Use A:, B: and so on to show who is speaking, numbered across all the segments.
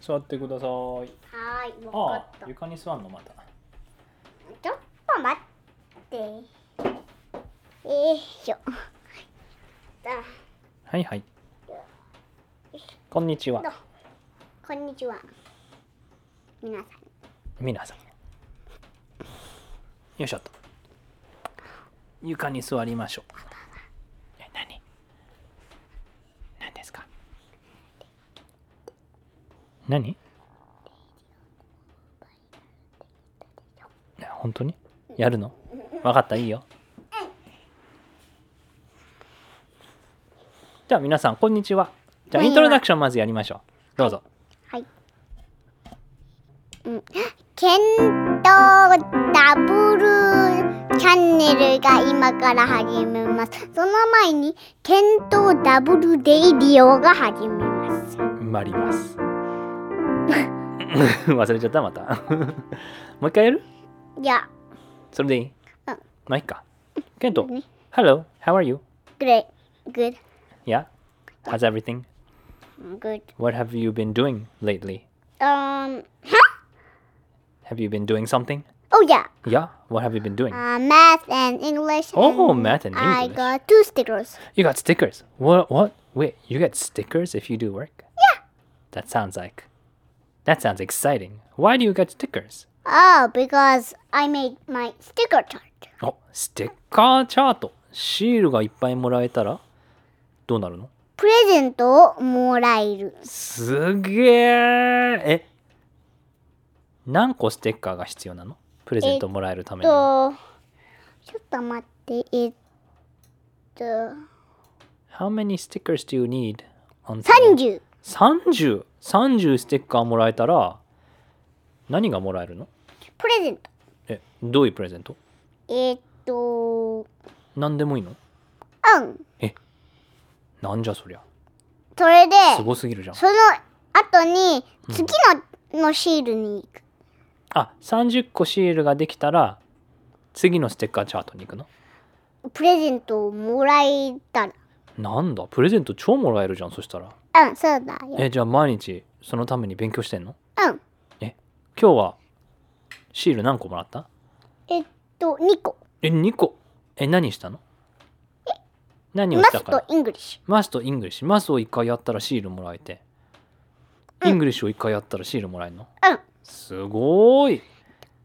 A: 座ってください
B: はーい、わ
A: あ
B: かっ
A: あ
B: た。ち
A: 床に座んのまた
B: ょっと待って。よいしょ。だよ
A: はいはい
B: いし
A: こんにち
B: ょ
A: は
B: どうこんにちは。皆さん、
A: 皆さんよいしょっと床に座りましょうえ何何ですか何え本当にやるの分かったいいよじゃあ皆さんこんにちはじゃあイントロダクションまずやりましょうどうぞ
B: はい。うん、ケントダブルチャンネルが今から始めます。その前に、ケントダブルデイリオが始めます。
A: 参ります 忘れちゃったま たもう一回やる
B: じゃ
A: それでいい
B: あ、
A: まあいいかケン
B: う
A: ト
B: ん、ね、
A: Hello how are you
B: great, good,
A: yeah how's everything
B: good.
A: what have you been doing lately
B: Um,
A: have you been doing something
B: oh yeah,
A: yeah what have you been doing
B: uh, math and English.
A: Oh, math and
B: I
A: English.
B: got two stickers.
A: you got stickers what what wait you get stickers if you do work
B: Yeah.
A: that sounds like that sounds exciting why do you get stickers
B: Oh, because I made my sticker chart.
A: あステッカーチャートシールがいっぱいもらえたらどうなるの
B: プレゼントをもらえる。
A: すげええ何個ステッカーが必要なのプレゼントもらえるためには
B: と、ちょっと待って、えっと、
A: How many stickers do you need? on-
B: 30。
A: 30 30ステッカーもらえたら何がもらえるの
B: プレゼント。
A: えどういうプレゼント
B: えっと、
A: 何でもいいの
B: うん。
A: なんじゃそりゃ、
B: それです
A: ごすぎるじゃん
B: その後に、次ののシールに行く。
A: あ30個シールができたら次のステッカーチャートに行くの
B: プレゼントをもらえたら。
A: なんだプレゼント超もらえるじゃんそしたら
B: うん、そうだよ。
A: えじゃあ毎日そのために勉強してんの
B: うん。
A: 今日はシール何個もらった
B: えっと、2個。
A: え2個え何したの何を
B: マ
A: した
B: ス
A: か
B: と
A: ら
B: イングリッシ
A: マスとイングリッシュマスを1回やったらシールもらえてイングリッシュを1回やったらシールもらえるの
B: ュ。うん。
A: すごーい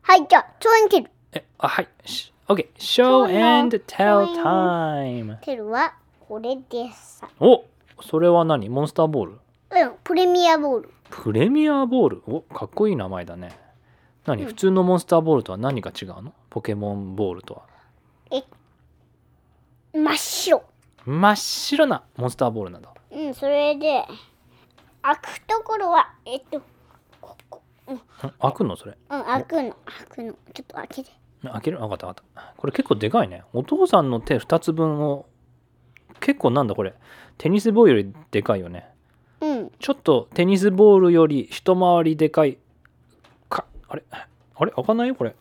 B: はい、じゃあ、超円テル。
A: えあはいし OK show and tell
B: Show
A: time
B: テルは、これでさ。
A: おそれは何モンスターボール
B: うん、プレミアボール。
A: プレミアボールおかっこいい名前だね何普通のモンスターボールとは何が違うのポケモンボールとは
B: 真っ白。
A: 真っ白なモンスターボールなんだ
B: うん、それで、開くところは、えっと、ここ。うん、うん、
A: ん開くのそれ
B: 開くの。開くの。ちょっと開けて。
A: 開ける分かった分かったこれ結構でかいねお父さんの手2つ分を結構なんだこれテニスボールよりでかいよね
B: うん。
A: ちょっとテニスボールより一回りでかいかあれあれ開かないよこれ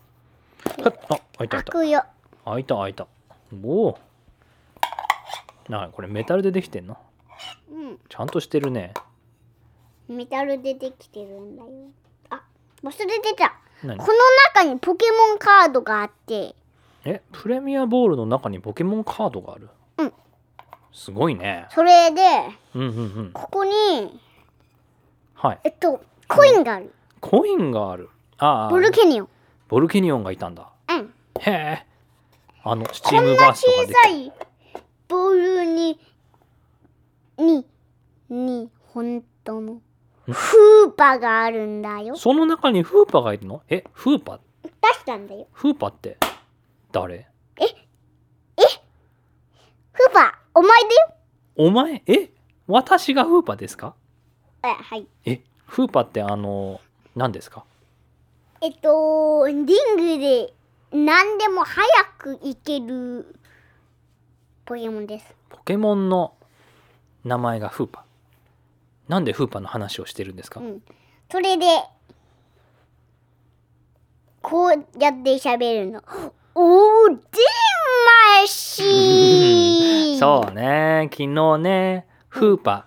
A: かあ開いた開
B: 開
A: いた
B: くよ。
A: 開いた開いたおおなあこれメタルでできてんの
B: うん。
A: ちゃんとしてるね
B: メタルでできてるんだよ。あ、忘れてた。
A: 何
B: この中にポケモンカードがあって、
A: えプレミアボールの中にポケモンカードがある
B: うん
A: すごいね
B: それで、
A: うんうんうん
B: ここに、
A: はい
B: えっと、コインがある。
A: コインがあるああ
B: ボルケニオン。
A: ボルケニオンがいたんだ
B: うん。
A: へえあのスチ
B: こ
A: ーム
B: ん
A: バ
B: な
A: ーストが
B: 小
A: で
B: さ
A: き
B: いボールに、に、に、本当の、フーパがあるんだよ
A: た。その中にフーパーがいるのえフーパー
B: 出したんだよ。
A: フーパーって誰
B: フーパ、お前だよ。
A: お前え私がフーパーですか
B: え、はい。
A: えフーパーってあの何ですか
B: えっと、リングで何でも早く行けるポケモンです。
A: ポケモンの名前がフーパーなんでフーパーの話をしてるんですか、
B: うん。それで、こうやって喋るの。おー、でまし
A: そうね昨日ねフーパ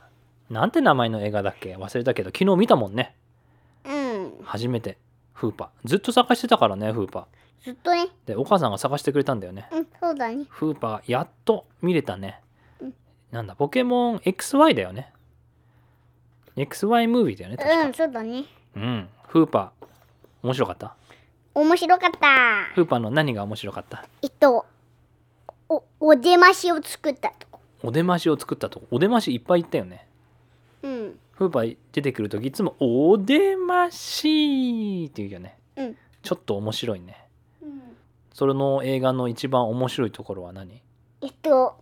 A: ーなんて名前の映画だっけ忘れたけど昨日見たもんね初めてフーパずっと探してたからねフーパ
B: ずっとね。
A: でお母さんが探してくれたんだよね
B: うん、そうだね。
A: フーパやっと見れたね
B: うん
A: なんだポケモン XY だよね XY ムービーだよね確か
B: うん、そうだね。
A: うんフーパ面白かった
B: 面白かった。
A: フーパの何が面白かった
B: えっと、お、お出ましを作ったとこ。
A: お出ましを作ったとこお出ましいっぱい行ったよね
B: うん。
A: フーパー出てくるときいつも「お出まし」って言うよね
B: うん。
A: ちょっと面白いね
B: うん、
A: それの映画の一番面白いところは何
B: えっと、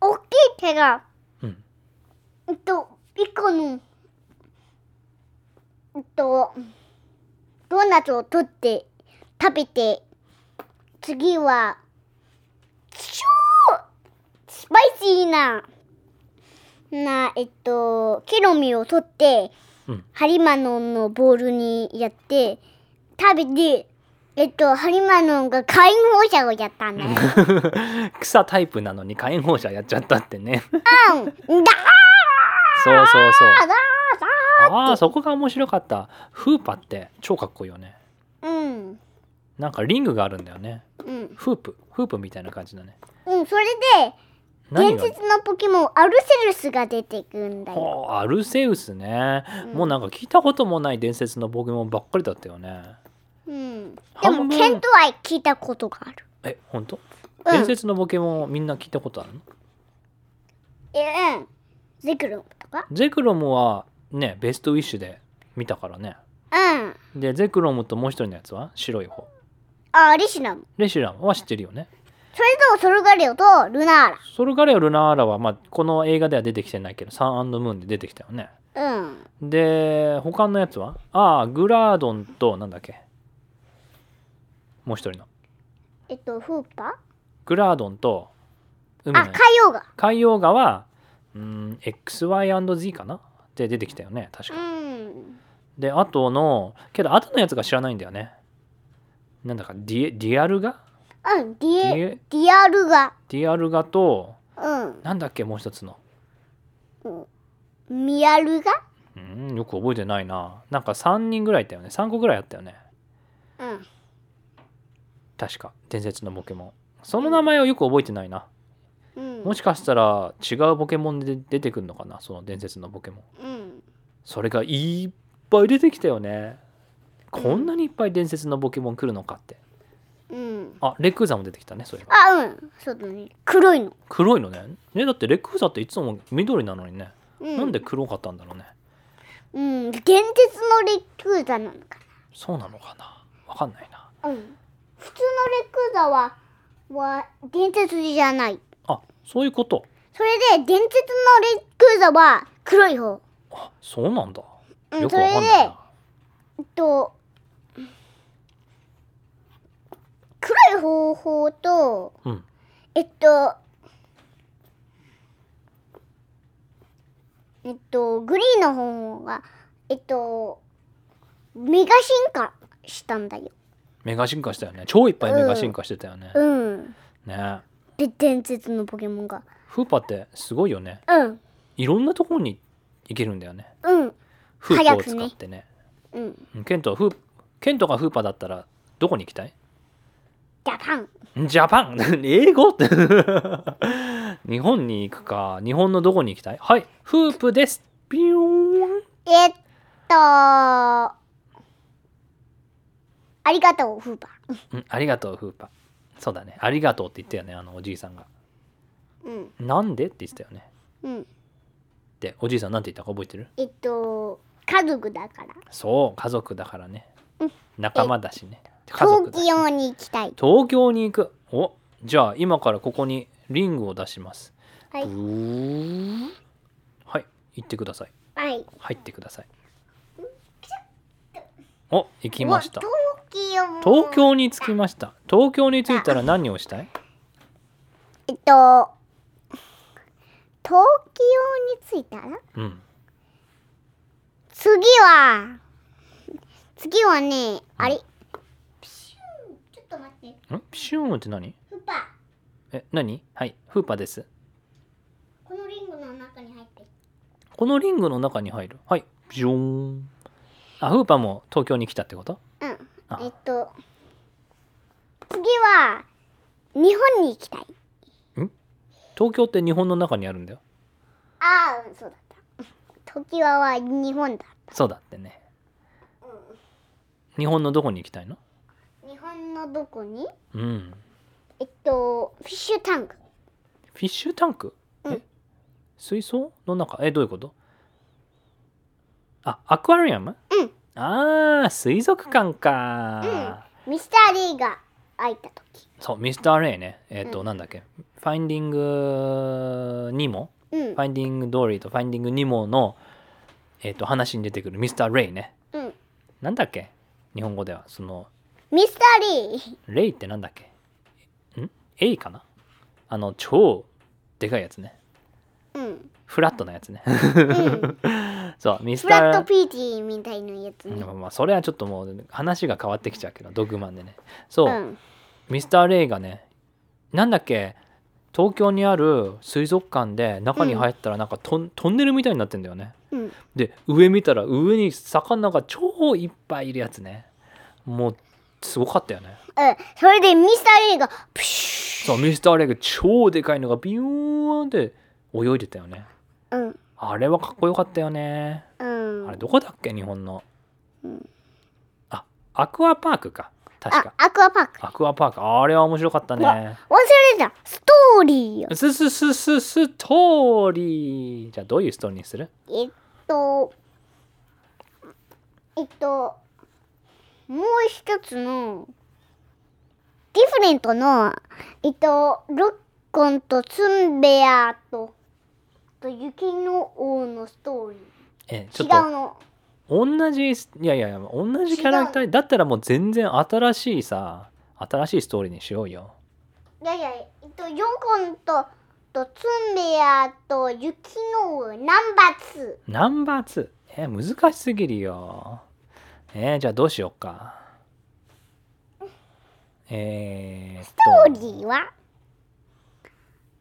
B: 大きい手が、
A: うん
B: えっと、ピコの、えっと、ドーナツを取って、食べて、次は、超スパイシーな、な、えっと、ケロミを取って、
A: うん
B: ハリマノンのボールにやって、食べて、えっと、ハリマノンが火炎放射をやっ たんだよ。
A: 草タイプなのに火炎放射やっちゃったってね
B: うん、だ
A: そうそうそう
B: ーだーだ
A: ああそこが面白かったフーパーって超かっこいいよね
B: ーうん。
A: なんかリングがあるんだよね
B: うん。
A: フープフープみたいな感じだね
B: うん、それで
A: 何
B: 伝
A: が
B: 説のポケモンアルセウスが出てくんだよ。
A: ほうアルセウスね、
B: うん
A: もうなんか聞いたこともない伝説のポケモンばっかりだったよね
B: うん、で
A: 半
B: も
A: 分
B: ケントは聞いたことがある。
A: え本当、
B: うん
A: 伝説のポケモンみんな聞いたことあるの
B: えうん。ゼクロとか
A: ゼクロムはねベストウィッシュで見たからね
B: うん。
A: でゼクロムともう一人のやつは白い方
B: あ、リシナも。
A: レシュラムは知ってるよね
B: それとソルガリオとルナー
A: ソルガレオルナーラは、まあ、この映画では出てきてないけどサンムーンで出てきたよね
B: ラ。うん。
A: で他のやつはああグラードンとなんだっけもう一人の
B: えっと、フーパ
A: グラードンと海
B: あ、
A: の
B: 海洋が。
A: 海洋画はうーん XY&Z かなで出てきたよね確か
B: うん。
A: で、あとの、けど、後のやつが知らないんだよね。なんだか、ディエディアルガ
B: うん、デ
A: デ
B: ィエ、
A: ィエ
B: ディアルガ。
A: ディアルガと、
B: う
A: なんだっけ、もう一つの。
B: ん。ミアルガ
A: うーん、よく覚えてないな。なんか3人ぐらいいたよね。3個ぐらいあったよね。
B: うん。
A: 確か、伝説のポケモン。その名前をよく覚えてないな。
B: うん。
A: もしかしたら違うポケモンで出てくるのかな、その伝説のポケモン。
B: うん。
A: それがいっぱい出てきたよね。こんなにいっぱい伝説のポケモン来るのかって。
B: うん。
A: あ、レクーザも出てきたね、そういえば。
B: あ、うん。そうだね。黒いの。
A: 黒いのね。ね、だってレクーザっていつも緑なのにね。
B: うん、
A: なんで黒かったんだろうね。
B: うん、伝説のレックーザなのか
A: そうなのかな。わかんないな。
B: な。うん。普通のレックーザは、は伝説じゃない。
A: あ、そういうこと。
B: それで伝説のレックーザは黒い方。
A: あ、そうなんだ。
B: うん
A: よくわかんない
B: それで
A: な。
B: えっと、黒い方法と、
A: うん。
B: えっと、えっと、グリーンの方が、えっと、メガ進化したんだよ。
A: メガ進化したよね。超いっぱいメガ進化してたよね。
B: うん。
A: ね。
B: で、伝説のポケモンが。
A: フーパってすごいよね。
B: うん。
A: いろんなところに行けるんだよね。
B: うん。
A: フーパを
B: 早く
A: 使
B: ね
A: ってね。
B: うん。
A: うんケントはフーケントがフーパだったらどこに行きたい？
B: ジャパン。
A: ジャパン 英語って日本に行くか日本のどこに行きたいはいフープですピヨーン
B: えっと、ありがとう、フーパー。
A: うん、ありがとう、フーパ。そうだね。ありがとうって言ったよね、あのおじいさんが。
B: うん。
A: なんでって言ってたよね。
B: うん。
A: で、おじいさんなんて言ったか覚えてる
B: えっと、家族だから。
A: そう、家族だからね。仲間だしね。家族
B: 東
A: だしね
B: 京に行きたい。
A: 東京に行く。おじゃあ、今からここにリングを出します。
B: はい
A: ブーはい、行ってください。
B: はい。
A: 入ってください。お、行きました
B: う。わ東京。
A: 東京に着きました。東京に着いたら何をしたい
B: えっと、東京に着いたら
A: うん。
B: 次は、次はね、あれピシューちょっと待って。
A: んピシューンって何
B: フーパー、
A: え、何はい、フーパです。
B: このリングの中に入って。
A: ここのリングの中に入るはいビヨーンあフーパーも東京に来たってこと
B: うん
A: あ
B: えっと次は日本に行きたい
A: 東京って日本の中にあるんだよ
B: ああそうだった時はは日本だ
A: そうだってね日本のどこに行きたいの
B: 日本のどこに
A: うん
B: えっとフィッシュタンク
A: フィッシュタンク、
B: うん
A: え水槽の中えどういうことあアクアリウム
B: うん
A: あー水族館か、
B: ミスター・リーが開いた時
A: そうミスター・レイねえっ、と、
B: う
A: なんだっけファインディングニモ
B: うん
A: ファインディング・ドーリーとファインディング・ニモの、えっと話に出てくるミスター・レイね
B: うん
A: なんだっけ日本語ではその
B: ミスター・リー
A: レイってなんだっけんエイかなあの超でかいやつね
B: うん、
A: フラットなやつね
B: うん、
A: そうミス
B: フ
A: ター
B: ラットピーティーみたいなやつね
A: まあまあそれはちょっともう話が変わってきちゃうけどドッグマンでねそうう、
B: ん
A: ミスター・レイがねなんだっけ東京にある水族館で中に入ったらなんかトン,、トンネルみたいになってんだよね
B: うん
A: で上見たら上に魚が超いっぱいいるやつねもうすごかったよね
B: うん、それでミスター・リーがプシ
A: そ
B: ュ
A: うミスター・レイが超でかいのがビヨーンって泳いでたよね
B: ーうん
A: あれはかっこよかったよね
B: うん
A: あれどこだっけ日本の、
B: うん
A: あアクアパークか確
B: あ
A: か
B: アクアパーク
A: アクアパークあれは面白かったね
B: 忘れたストーリーよ
A: すすすすストーリーじゃあどういうストーリーにする
B: えっとえっともう一つのディフレントのえっとロッコンとツンベアとと雪の王のストーリ
A: えち
B: ー
A: ょっ
B: 違
A: と
B: うの
A: 同じいやいやいや同じキャラクターだったらもう全然新しいさ新しいストーリーにしようよ
B: いやいやえっとヨコンととツンベアと雪の王ナンバーツ
A: ナンバー2え難しすぎるよえじゃあどうしようかえー、ス
B: ーストーリーは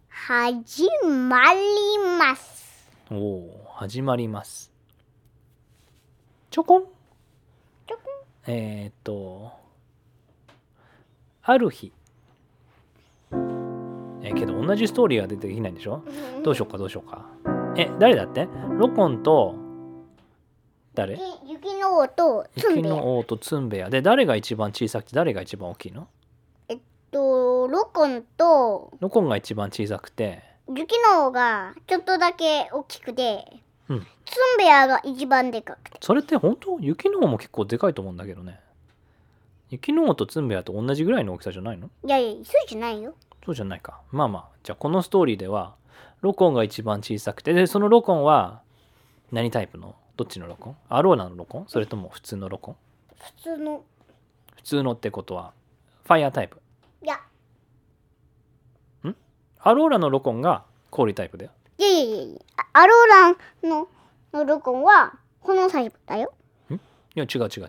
B: 始まります
A: おおー始まりますちょこん
B: ちょこん
A: えー、っとある日えーけど同じストーリーが出てきないんでしょどうしようかどうしようかえ誰だってロコンと誰
B: 雪雪の王とツン
A: 雪
B: ベア
A: の王とツンベアで誰が一番小さくて誰が一番大きいの
B: とロコンと
A: ロコンが一番小さくて
B: 雪の王がちょっとだけ大きくて、
A: うん
B: ツンベアが一番でかくて
A: それって本当雪の王も結構でかいと思うんだけどね雪の王とツンベアと同じぐらいの大きさじゃないの
B: いやいやそうじゃないよ
A: そうじゃないかまあまあじゃあこのストーリーではロコンが一番小さくてでそのロコンは何タイプのどっちのロコンアローナのロコンそれとも普通のロコン
B: 普通の
A: 普通のってことはファイヤータイプ
B: いや
A: アローラのロコンが氷タイプだよ
B: いやいやいやいやあアローランののロコンはこのタイプだよ
A: いや違う違う違う
B: えーそう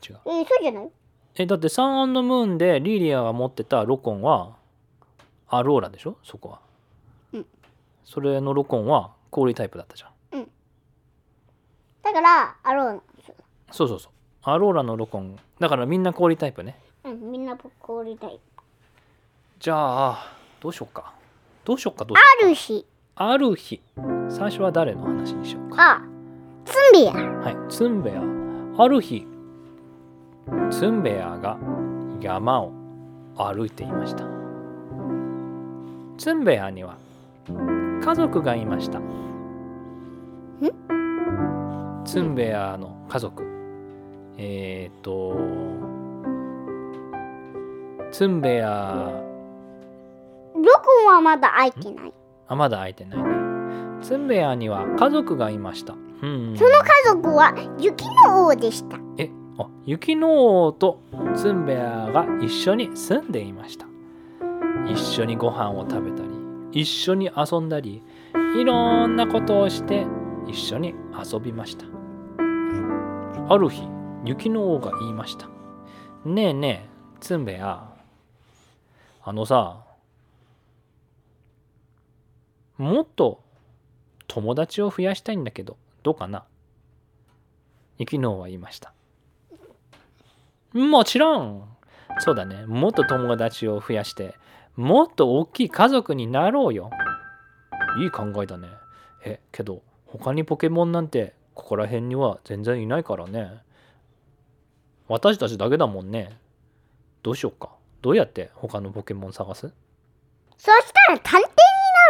B: じゃないよ
A: えだってサンアンドムーンでリリアが持ってたロコンはアローラでしょそこは、
B: うん
A: それのロコンは氷タイプだったじゃん
B: だからアローラン
A: そうそうそうアローラのロコンだからみんな氷タイプね
B: うんみんな氷タイプ
A: じゃあどうしようかどうしようかどうしよ
B: ある日
A: うかある日最初は誰の話にしようか
B: あツンベア
A: はいツンベアある日ツンベアが山を歩いていましたツンベアには家族がいましたツンベアの家族えっ、とツンベア
B: ロコンはまだ開いてない
A: あまだ開いてないねツンベアには家族がいましたうん
B: その家族は雪の王でした
A: えあ雪の王とツンベアが一緒に住んでいました一緒にご飯を食べたり一緒に遊んだりいろんなことをして一緒に遊びましたある日雪の王が言いましたねえねえツンベアあのさもっと友達を増やしたいんだけどどうかな昨日は言いました。もちろんそうだね。もっと友達を増やして、もっと大きい家族になろうよ。いい考えだね。え、けど、他にポケモンなんて、ここら辺には全然いないからね。私たちだけだもんね。どうしようか。どうやって他のポケモン探す
B: そしたら探偵に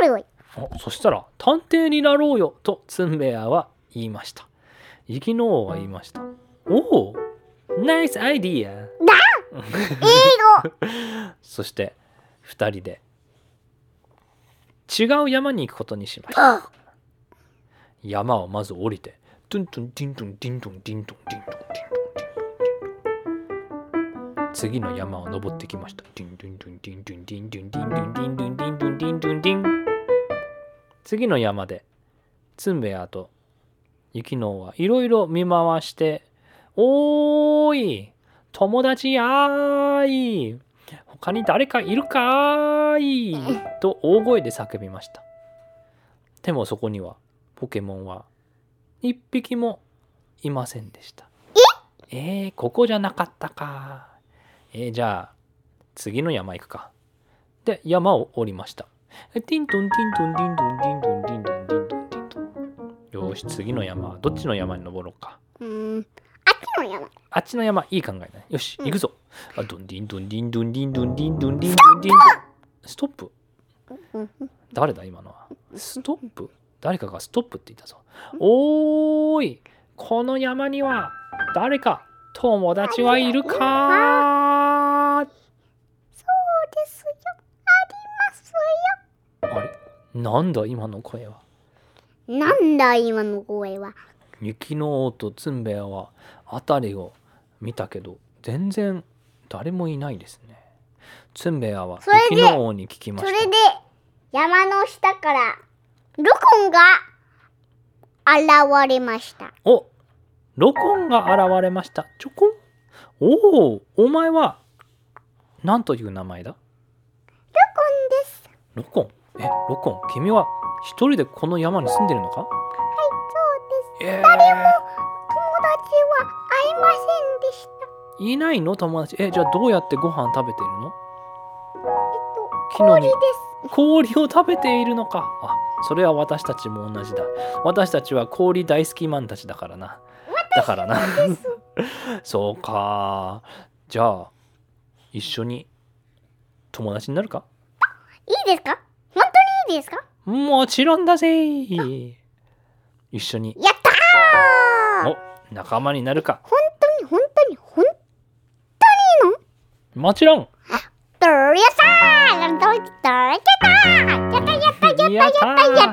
B: な るよ。
A: おそしたら探偵になろうよとツンベアは言いました。イキノオは言いました。おおナイスアイディア
B: 英語。
A: そして2人で違う山に行くことにしました。
B: あ
A: 山をまず降りて、トゥントゥンティントゥンティントゥンティントゥンティントゥンティントゥンティントゥン次の山を登ってきました。ティントゥントゥンティントゥンティントゥンティントゥンティントゥンティントゥンティントゥンティン次の山でツンベアとユキノウはいろいろ見回して「おーい友達やーい他に誰かいるかーい!」と大声で叫びましたでもそこにはポケモンは一匹もいませんでしたええーここじゃなかったかえーじゃあ次の山行くかで山を降りましたティントンティントンティントンティントンティントンティントンティントンよーし次の山どっちの山に登ろうか
B: うーん。あっちの山。
A: あっちの山いい考えだねよし
B: うん
A: 行くぞ、あドンディンドンディンドンディンドンディンドンディンドンディンドンストップ
B: うん
A: 誰だ今のはストップ誰かがストップって言ったぞおーいこの山には誰か友達はいるか
B: そうですよ。あります
A: あれなんだ今の声は
B: よ。なんだ今の声は。
A: 雪の王とツンベアは辺りを見たけど全然誰もいないですねツンベアは
B: それで
A: 雪の王に聞きま
B: そ
A: し
B: れ
A: た
B: で山の下からロコンが現れました。
A: おロコンが現れましたちょこんおおお前は何という名前だ
B: ロコンです。
A: ロコンえロコン君は一人でこの山に住んでるのか
B: はい、そうです。
A: え誰
B: 友達は会いませんでした。
A: いないの友達えじゃあどうやってご飯食べてるの
B: えっと、
A: 昨日
B: 氷
A: に
B: です。
A: 氷を食べているのかあそれは私たちも同じだ私たちは氷大好きマンたちだからなだからな そうかじゃあ一緒に友達になるか
B: いいですか本当にいいですか
A: もちろんだぜ一緒に
B: やったー
A: お仲間になるか
B: 本当に本当に本
A: もちろん
B: 当にやったーどうしたやったーやったやったやったやったやった
A: じゃあ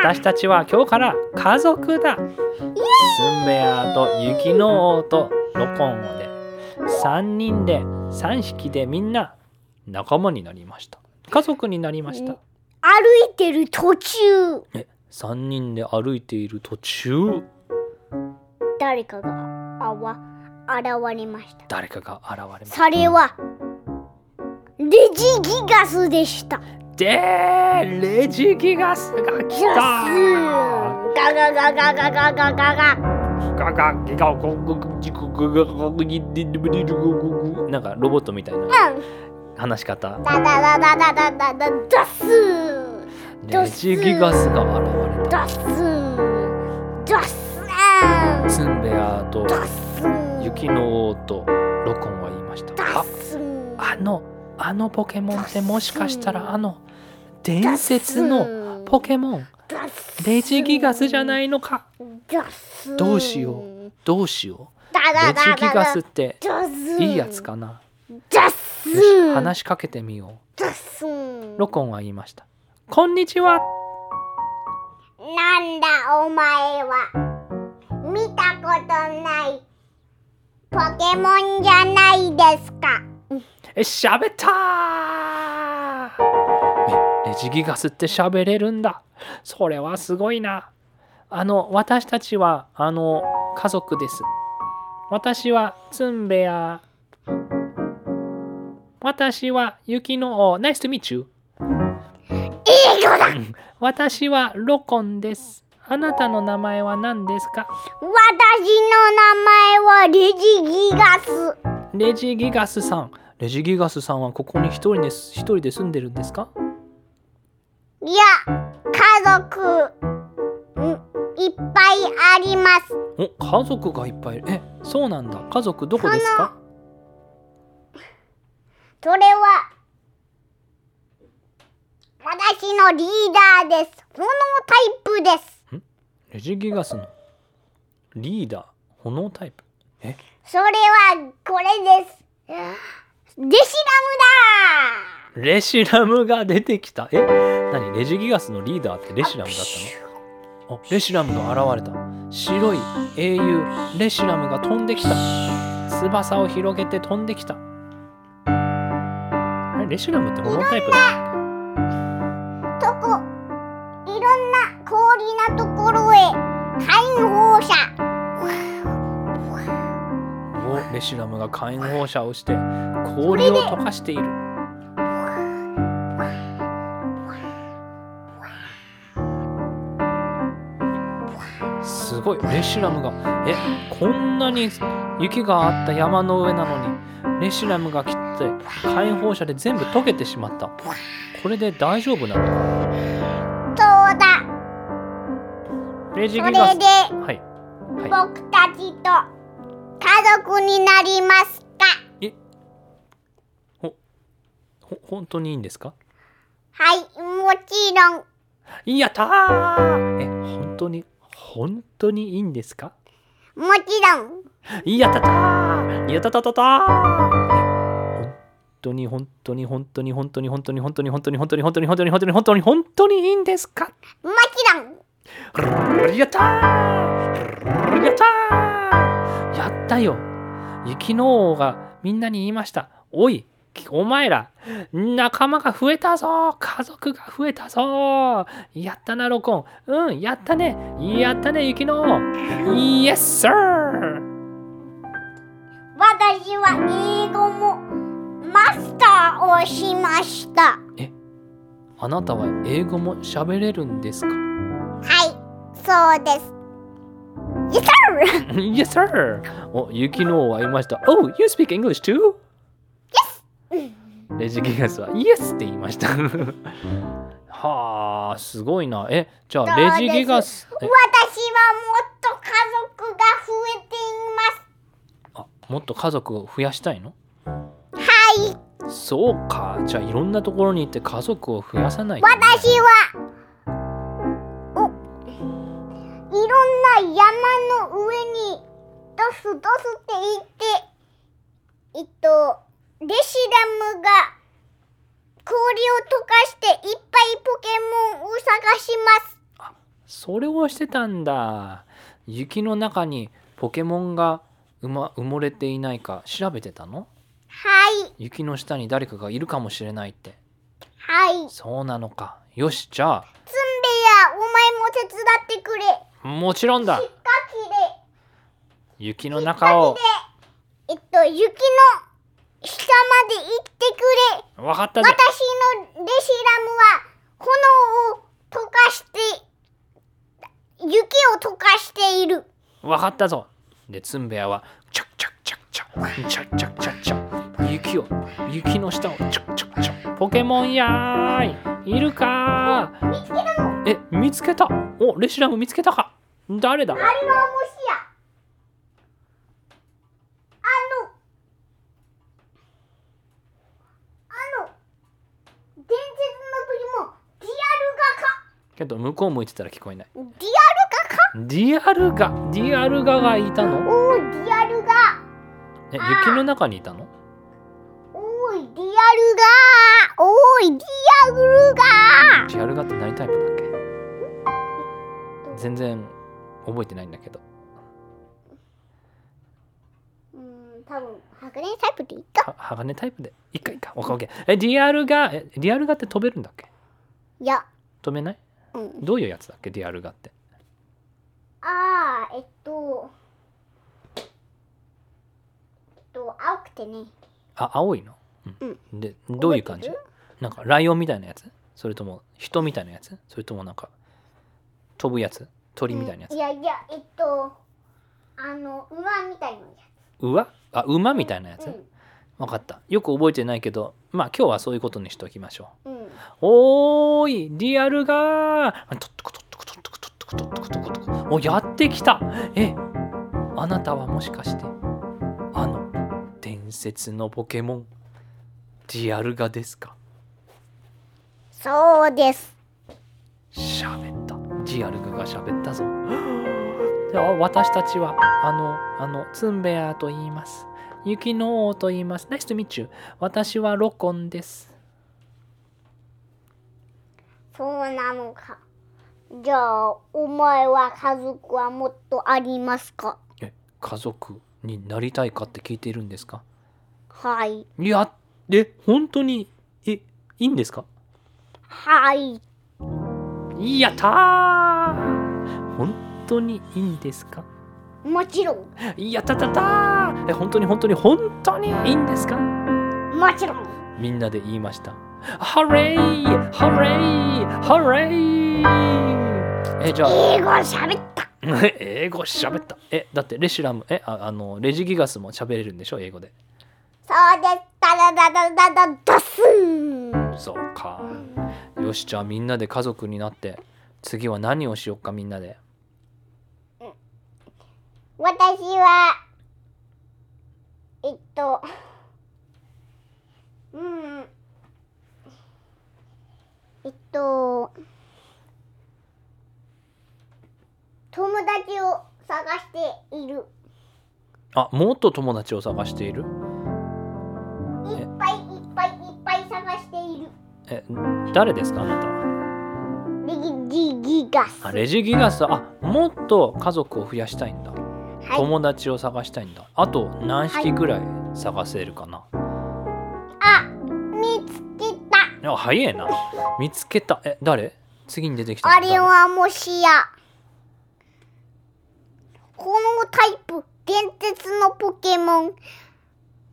A: 私たちは今日から家族だスンベアとユキノオとロコンオで3人で3匹でみんな仲間になりました家族になりました
B: 歩いてる途中
A: え3人で歩いている途中
B: 誰かがあわ現れました
A: 誰かが現れました
B: それはレジギガスでした
A: でレジギガスが来
B: ギ
A: た
B: ガスガガガガガガガガガ
A: ガガギガゴググジググガゴグギディディブディルゴググなんかロボットみたいな
B: うん
A: 話し方
B: ダダダダダダダダダスー
A: レジギガスが現れた
B: ダスーダスー
A: ツンベアと
B: ダスー
A: 雪の王とロコンは言いました
B: ダ
A: あ
B: スー
A: あのあのポケモンってもしかしたらあの伝説のポケモン
B: ダスー
A: レジギガスじゃないいのか
B: ダスー
A: どうしよどうしよ
B: ダ
A: う
B: ダ
A: レジ
B: ダ
A: ギ
B: ダ
A: ガ
B: ダ
A: スって
B: ダス
A: いいやつかな
B: ダス
A: よし話しかけてみよ
B: ダスー
A: うロコンは言いましたこんにちは
B: なんだお前は見たことないポケモンじゃないですか
A: え喋ったーえレジギガスって喋れるんだそれはすごいなあの私たちはあの家族です私はツンベア私は雪の王ナイスとミチュ
B: 英語だ
A: 私はロコンですあなたの名前は何ですか
B: 私の名前はレジギガス。
A: レジギガスさん。レジギガスさんはここに一人です一人で住んでるんですか
B: いや、家族、んいっぱいあります。
A: お家族がいっぱいいる。え、そうなんだ。家族どこですか
B: それは、私のリーダーです。このタイプです。
A: レジギガスのリーダー、炎タイプ。え、
B: それは、これです。デシラムだ
A: レシラムが出てきた。え、何レジギガスのリーダーってレシラムだったのあ、レシラムが現れた。白い英雄、レシラムが飛んできた。翼を広げて飛んできた。あれレシラムって炎タイプだ
B: とこ、いろんな氷なところへ、解放者。
A: おレシラムが火炎放射をして氷を溶かしている。すごいレシラムがえこんなに雪があった山の上なのにレシラムが来て火炎放射で全部溶けてしまったこれで大丈夫なの
B: そうだ。
A: レジ
B: そ
A: ギ
B: れ
A: ガス
B: で、
A: はいは
B: 僕たちと家族になりますか
A: いほ本当にいいんですか
B: はい、もちろん。
A: やったーえ本当に本当にいいんですか
B: もちろん。
A: やったたーやったたたたー本当に本当に本当に本当に本当に本当に本当に本当に本当に本当に本当に本当に本当にいいんですか
B: もちろん。
A: やったーやったーやったよ雪の王がみんなに言いました。おいお前ら仲間が増えたぞ家族が増えたぞやったなロコンうんやったねやったね雪の王 Yes sir!
B: 私は英語もマスターをしました。
A: あなたは英語も喋れるんですか
B: はい、そうです。
A: ?Yes, sir! お、雪の王はいました。Oh, you speak English too? レジギガスは Yes って言いました。 はあ、すごいな。え、じゃあレジギガス。
B: 私
A: え
B: はもっと家族が増えてい
A: あもっと家族を増やしたいの
B: ます。はい、
A: そうか。じゃあいろんなところに行って家族を増やさないとね。
B: 私は。おいろんな山の上にドスドスって行って、えっと、レシラムが氷を溶かしていっぱいポケモンを探します。
A: それをしてたんだ。雪の中にポケモンが埋,、ま、埋もれていないか調べてたの
B: はい、
A: 雪の下に誰かがいるかもしれないって。
B: はい。
A: そうなのか。よし、じゃ
B: ツンベや、お前も手伝ってくれ。きっ
A: あ、もちろんだ
B: かきで。
A: 雪の中を。
B: えっと、雪の下まで行ってくれ。
A: わかった
B: 私
A: ぜ。
B: のレシラムは炎を溶かして、雪を溶かしている。
A: わかったぞ。で、ツンベアは、チャッチャッチャッチャ、チャッチャッチャッチャ、雪を、雪の下を、チャッチャッチャ。ポケモンやーい、いるかー
B: 見つけたの
A: え、見つけた。お、レシラム見つけたか。誰だ
B: あれはもしや。あの、あの、伝説の時もディア
A: けど、向こう向いてたら聞こえない。
B: ルガかディアルガか
A: ディアルガ、ディアルガがいたの
B: おー、ディアルガ
A: え、雪の中にいたの
B: おーい、ディアルガーおーい、ディアルガー
A: ディアルガって何タイプだっけ全然覚えてないんだけど。
B: うーん、多分白蓮タイプでいいか
A: は鋼タイプで。一回か。オッケーオッケー。え、ディアルガ、え、ディアルガって飛べるんだっけ
B: いや、
A: 飛べない
B: うん。
A: どういうやつだっけディアルガって。
B: あー、えっと、えっと、青くてね。
A: あ、青いの。うん。で、どういう感じ
B: 覚えて
A: なんかライオンみたいなやつそれとも人みたいなやつそれともなんか飛ぶやつ鳥みたいなや
B: いやいや、えっと、あの、馬みたいなや
A: つうわあ馬みたいなや
B: つ。
A: つ分かったよく覚えてないけどまあ今日はそういうことにしておきましょ
B: うん。うん。
A: うおーいリアルがーとっとことっとことっとことっとことっとことっとことおやってきたえあなたはもしかしてあの伝説のポケモンリアルガですか
B: そうです。
A: 喋ったリアルグが喋ったぞでは私たちはあのあのツンベアと言います雪の王と言います Nice to meet you 私はロコンです
B: そうなのか。じゃあ、お前は家族はもっとありますか
A: え家族になりたいかって聞いているんですか
B: はい。
A: いやえ本当にえいいんですか
B: はい。
A: やったー本当にいいんですか
B: もちろん。
A: やったったったーえ本当に本当に本当にいいんですか
B: もちろん。
A: みんなで言いました。ハレイハレイハレイえ、じゃあ、
B: 英語喋った。
A: 英語喋った。え、だってレシラム、え、ああの、レジギガスも喋れるんでしょ、英語で。
B: そうです。ダラダラダダダスン。
A: そうか。よし、じゃあみんなで家族になって、次は何をしよっか、みんなで。
B: 私は、えっと、うん、えっと、友達を探している。
A: あ、もっと友達を探している
B: いっぱいいっぱいいっぱい探している。
A: え、誰ですか、あなたは。
B: リギギガス。
A: あレジギガス、あ、もっと家族を増やしたいんだ。
B: はい。
A: 友達を探したいんだ。あと何匹ぐらい探せるかな、
B: あ、見つけた。
A: あ早えな見つけたえ誰次に出てきたの
B: あれはもしやこのタイプ伝説のポケモン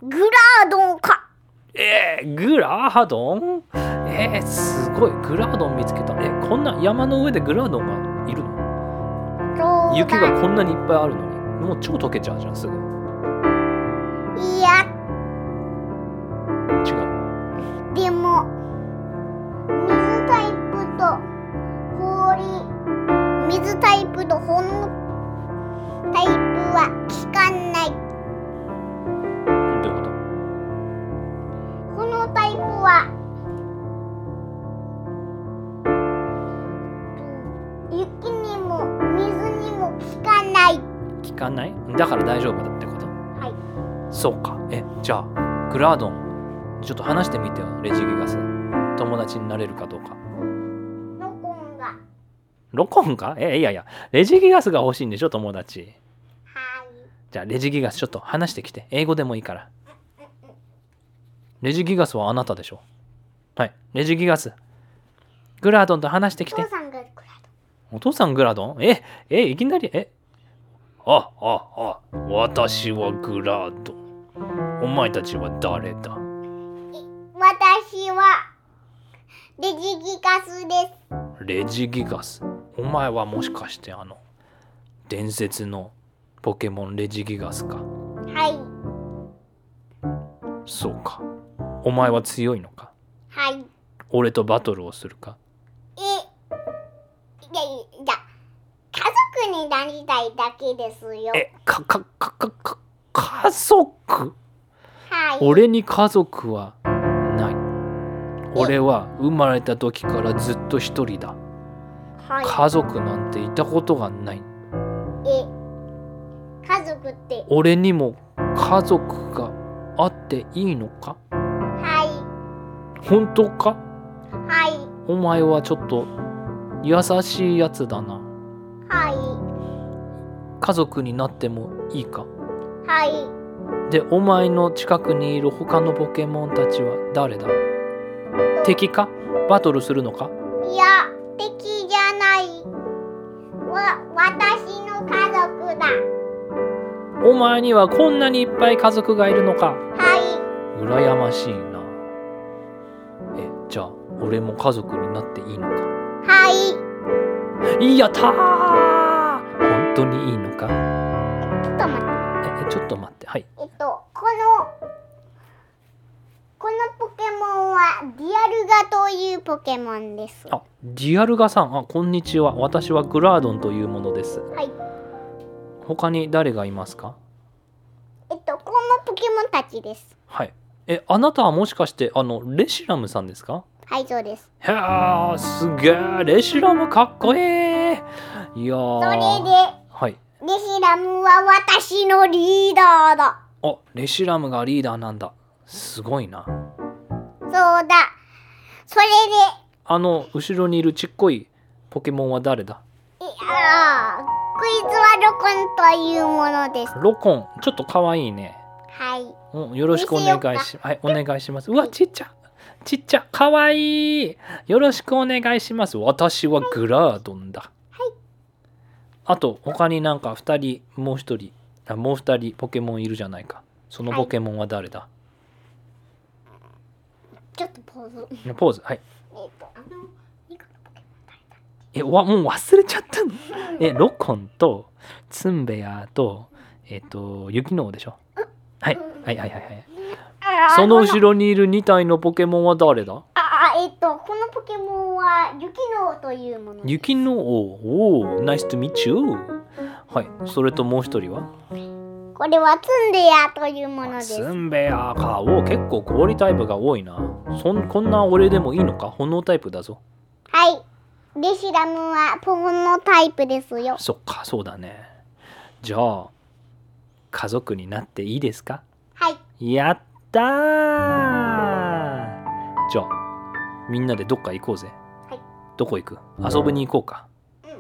B: グラードンか
A: 誰えー、グラードンえー、すごいグラードン見つけたえこんな山の上でグラードンがいるの
B: そう
A: 雪
B: だ
A: がこんなにいっぱいあるのにもう超溶けちゃうじゃんすぐ違う
B: いやでも水タイプと氷水タイプと炎タイプは効かない
A: どういうこ
B: このタイプは雪にも水にも効かない。
A: と聞かないだから大丈夫だってこと
B: はい。
A: そうかえじゃあグラードンちょっと話してみてよレジギガス友達になれるかどうか
B: ロコンが。は
A: ロコンかえいやいやレジギガスが欲しいんでしょ友達
B: い。
A: じゃあレジギガスちょっと話してきて英語でもいいからレジギガスはあなたでしょはいレジギガスグラドンと話してきて
B: 父さんがクラ
A: お父さんグラドンええいきなりえあああ私はグラドンお前たちは誰だ
B: ド。私はレジギガスです。
A: レジギガスお前はもしかしてあの伝説のポケモンレジギガスか
B: はい。
A: そうかお前は強いのか
B: はい。
A: 俺とバトルをするか
B: え、いやいや、家族になりたいだけですよ。
A: え、か、か、か、か、か、家族
B: はい。
A: 俺に家族はない。俺は生まれた時からずっと一人だ。
B: はい。
A: 家族なんていたことがない。
B: え、家族って、
A: 俺にも家族があっていいのか
B: は
A: 本当か
B: い。はい。
A: お前はちょっと優しいやつだな。
B: は
A: 家族になってもいいか
B: い。はい。
A: で、お前の近くにいる他のポケモンたちは誰だ敵かバトルするのか
B: いや、敵じゃない。わ、私の家族だ。
A: お前にはこんなにいっぱい家族がいるのか
B: は
A: 羨ましいなえじゃあ俺も家族になっていいの
B: い。はい。
A: かやったー本当にいいのか
B: ちょっと待って。
A: ええちょっと待ってはい
B: えっと、この、このポケモンはディアルガというポケモンです。は
A: あディアルガさんあこんにちは私はグラードンというものです
B: い。
A: 他に誰がいますか
B: えっと、このポケモンたちです。
A: はいえあなたはもしかしてあのレシラムさんですか
B: はい、そうです。
A: へーすげえレシラムかっこいいいや
B: それで、
A: ーはい
B: レシラムは私のリーダーだ。
A: あレシラムがリーダーなんだすごいな
B: そうだ。それ
A: あの後ろにいるちっこいポケモンは誰だ
B: で、いやークイズはロコンというものです。
A: ロコンちょっとかわいいね、
B: はい。
A: うん、よろしくお願い
B: 見
A: しはいお願いしますうわちっちゃちっちゃかわいいよろしくお願いします私はグラードンだ
B: はい
A: あと他になんか2人もう1人あもう2人ポケモンいるじゃないかそのポケモンは誰だ、
B: ちょっとポーズ。えっ
A: ポーズはい
B: と、あの、いくらポケモン
A: えわもう忘れちゃったのえロコンとツンベアとえっ、と雪の王でしょはいはいはいはいはい
B: あー
A: その
B: こ
A: 後ろにいる2体のポケモンは誰だ
B: ああえっとこのポケモンは雪の王というもの
A: 雪の王おおナイスとミチューはいそれともう一人は
B: これはツンデアというものです
A: ツンベアかおお結構氷タイプが多いなそんこんな俺でもいいのか炎タイプだぞ
B: はいレシラムはポゴのタイプですよ
A: そっかそうだねじゃあ家族になっていいですか
B: はい
A: やったーじゃあみんなでどっか行こうぜ、
B: はい
A: どこ行く遊びに行こうか
B: で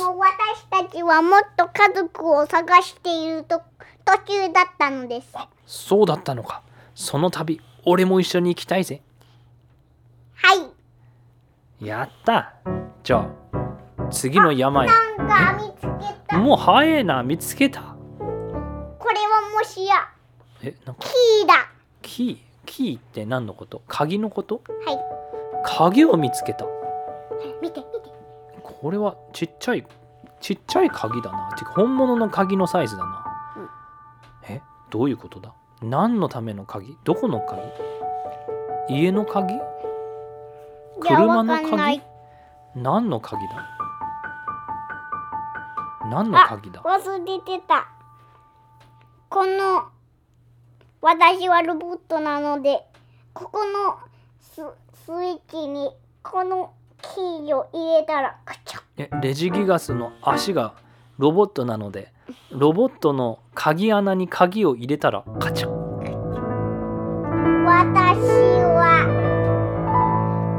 B: も私たちはもっと家族を探していると途中だったのですは
A: あそうだったのかその旅俺も一緒に行きたいぜ
B: い
A: やったじゃあ次の山へ
B: なんか見つけた
A: もう早えな見つけた
B: これはもしや
A: えなんか
B: キーだ
A: キーキーって何のこと鍵のこと
B: は
A: 鍵を見つけた
B: い見て見て
A: これはちっちゃいちっちゃい鍵だなてか本物の鍵のサイズだな、えどういうことだ何のための鍵どこの鍵家の鍵
B: いや
A: 車
B: わ
A: の
B: かんない
A: 鍵何の鍵だ何の
B: あ
A: 鍵だ
B: 忘れてたこの私はロボットなのでここのススイッチにこのキーを入れたらカチャッ
A: えレジギガスの足がロボットなのでロボットの鍵穴に鍵を入れたらカチャン
B: 私は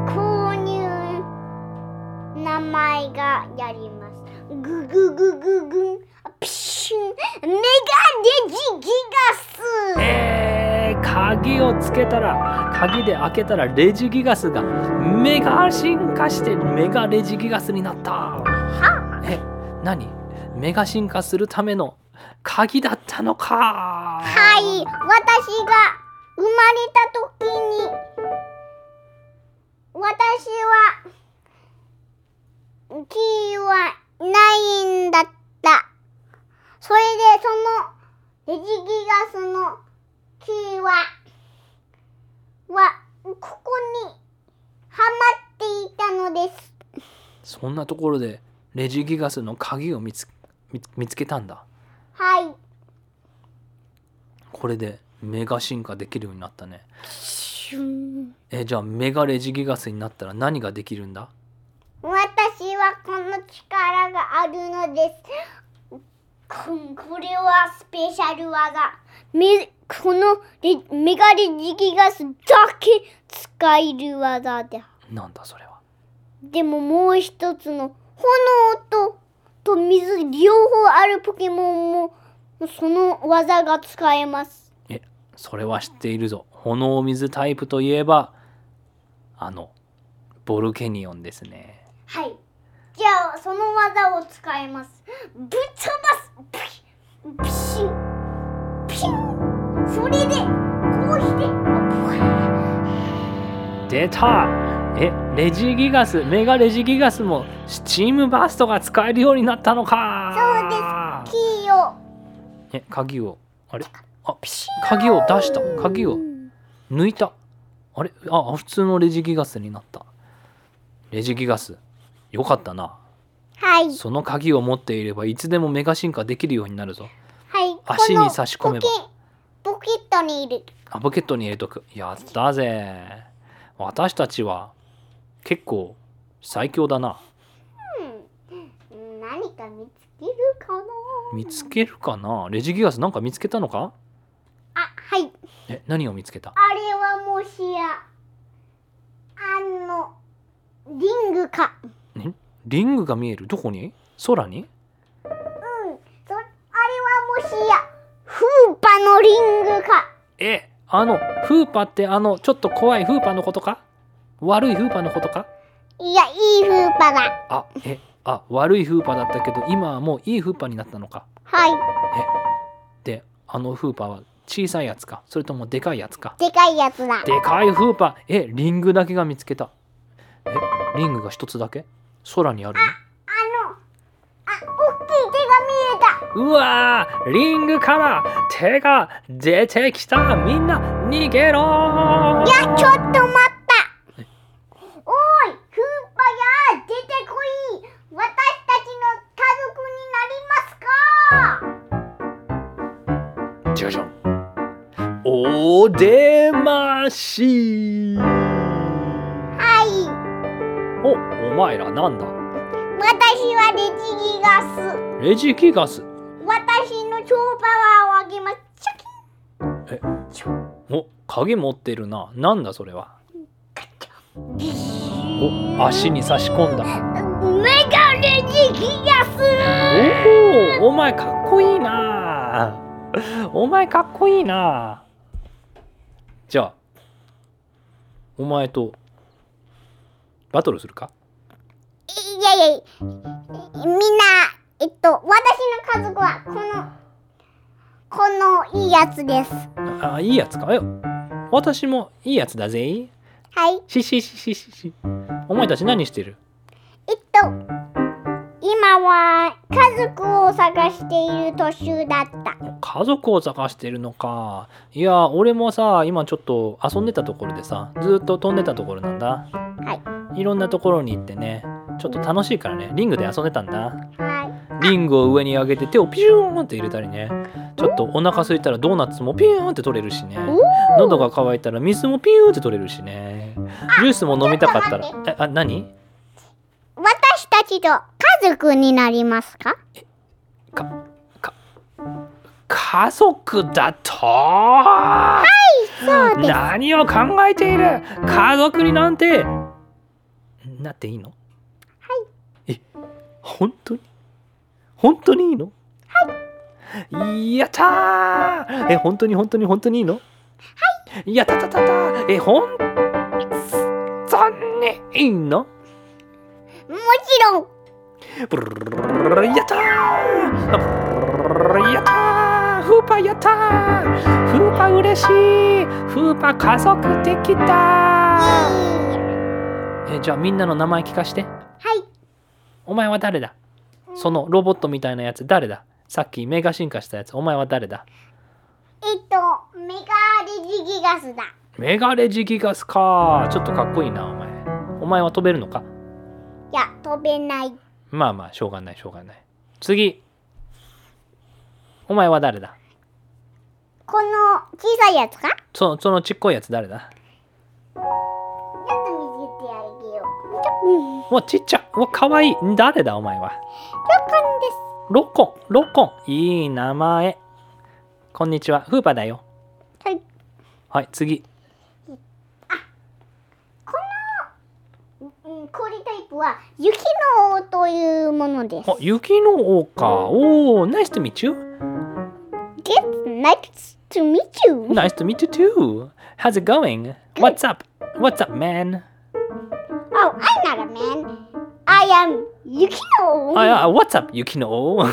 B: 購入名前がやりますグググググンピシュンメガネジギガス
A: えー、鍵をつけたら鍵で開けたらレジギガスがメガ進化してメガレジギガスになったえ何メガ進化するための鍵だったのか
B: はい、私が生まれた時に私はキーはないんだった。それでそのレジギガスのキーははここにはまっていたのです。
A: そんなところでレジギガスの鍵を見つ見つ見つけたんだ
B: はい。
A: これでメガ進化できるようになったね
B: シュン
A: えじゃあメガレジギガスになったら何ができるんだ
B: 私はこの力があるのです。ここれはスペシャル技。めこのレメガレジギガスだけ使える技だ。
A: なんだそれは
B: でももう一つの炎とと水両方あるポケモンもその技が使えます。
A: えそれは知っているぞ炎水タイプといえばあのボルケニオンですね
B: はい。じゃあその技を使います。ぶっ飛ばす。ピッピシンピシン。それでこうして。
A: 出たえレジギガスメガレジギガスもスチームバーストが使えるようになったのか
B: キーを
A: え鍵をあれあ鍵を出した鍵を抜いたあれあ普通のレジギガスになったレジギガスよかったな
B: はい
A: その鍵を持っていればいつでもメガ進化できるようになるぞ
B: はい
A: 足に差し込めば
B: このポケポケットに入れる
A: あポケットに入れとくやったぜ私たちは結構最強だな
B: うん何か見つけるかな
A: 見つけるかなレジギガスなんか見つけたのか
B: あはい
A: え何を見つけた
B: あれはもしやあのリングか
A: んリングが見えるどこに空に
B: うんそあれはもしやフーパのリングか
A: えあのフーパってあのちょっと怖いフーパのことか悪いフーパのことか
B: いやいいフーパだ
A: あえあ悪いフーパだったけど今はもういいフーパになったのか
B: は
A: であのフーパは小さいやつかそれともでかいやつか
B: いでかいやつだ
A: でかいフーパえリングだけが見つけたえリングが一つだけ空にある
B: あの、あ、大きい手が見えた。
A: のうわーリングから手が出てきたみんな逃げろー
B: いや、ちょっと待った。おい、クーパや、出てこい。私たちの家族になりますか。
A: じゃじゃん。お出まし
B: はい、
A: お、お前らなんだ
B: 私はレジギガス。
A: レジギガス。
B: 私の超パワーをあげます。チョキ
A: え
B: チョ
A: お、鍵持ってるな。なんだそれは。
B: カチョギシ
A: お、足に差し込んだ。
B: メガレジギガス。
A: おお、お前かっこいいな。お前かっこいいな。じゃあ、お前とバトルするか
B: いやいやいやみんなえっと私の家族はこのこのいいやつです
A: あ、いいやつか。え、私もいいやつだぜ。
B: はい
A: しししししし。お前たち何してる
B: えっと今は家族を探している途中だった
A: 家族を探してるのか。いや、俺もさ、今ちょっと遊んでたところでさ、ずっと飛んでたところなんだ。はい。いろんなところに行ってね、ちょっと楽しいからね、リングで遊んでたんだ。
B: は
A: リングを上に上げて手をピューンって入れたりね。ちょっとお腹空いたらドーナツもピューンって取れるしね。
B: い
A: 喉が渇いたら水もピューンって取れるしね。ジュースも飲みたかった
B: ちょっ
A: ら。
B: と
A: え、あ、何
B: 私たちと家族になりますか
A: か、か、家族だとはい、
B: そうです
A: 何を考えている家族になんてなっていいのはい。え、本当に本当にいいのはい。やったーえ、本当に本当に本当にいいのはい。やったたたたえ、本当にいいの
B: もちろん
A: ブルルルルルルやったーやったーフーパーやったーフーパー嬉しいフーパー家族できた
B: は
A: ーえじゃあみんなの名前聞かして
B: い
A: お前は誰だそのロボットみたいなやつ誰ださっきメガ進化したやつお前は誰だ
B: えっとメガレジギガスだ
A: メガレジギガスかーちょっとかっこいいなお前お前は飛べるのか
B: いや飛べない
A: まあまあしょうがないしょうがない次お前は誰だ
B: この小さいやつか
A: そそのちっこいやつ誰だ
B: ちょっと見つけてあげよう。
A: うわちっちゃうわかわいい誰だお前は
B: ロコンです。
A: ロコンロコンいい名前こんにちはフーパーだよ
B: はい。
A: はい次
B: うん、氷タイプは雪の王というものです
A: あ。雪の王かおおナイスとミチュ
B: It's nice to meet you.
A: ナイスとミチュ too How's it going? What's up? What's up man?
B: Oh, I'm not a man. I am 雪の王。
A: あいや What's up 雪の王
B: 私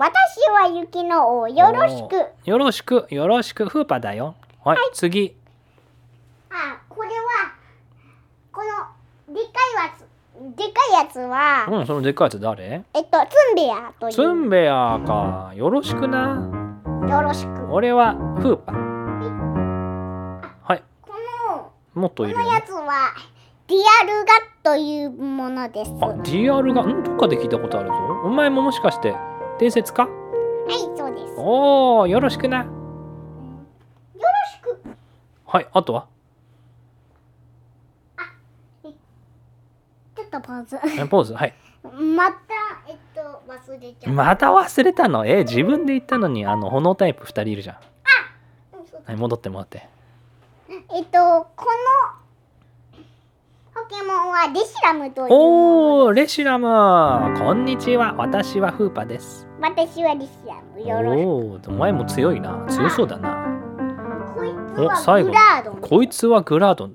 B: は雪の王。よろしく。
A: よろしくよろしくフーパーだよはい次
B: あ、これはこのでっかいやつでっかいやつは、
A: うん、そのでっかいやつ誰
B: えっとツンベアという
A: ツンベアか。よろしくな。
B: よろしく
A: 俺はフーパ。はい。
B: この
A: もっと
B: こ
A: いる
B: の
A: よ、
B: や
A: ね。
B: つはディアルガというものです
A: あ、
B: はい
A: DR が、うん、どっかで聞いたことあるぞ。お前ももしかして、伝説か
B: そうですよろ
A: おー、よろしくな。
B: しく
A: はい、あとは
B: ちょっとパーズ
A: えポーズ。はい。
B: またえっと忘れちゃう、
A: また忘れたの。え、自分で言ったのに、あの、炎タイプ2人いるじゃん。
B: うんそう
A: はい、戻ってもらって。
B: えっとこのポケモンはデシラムというもの
A: おー、レシラム。こんにちは。私はフーパです。
B: 私はデシラムよろしく
A: おー、お前も強いな。強そうだな。
B: こいつ
A: お最後
B: はグラードン
A: こいつはグラードン。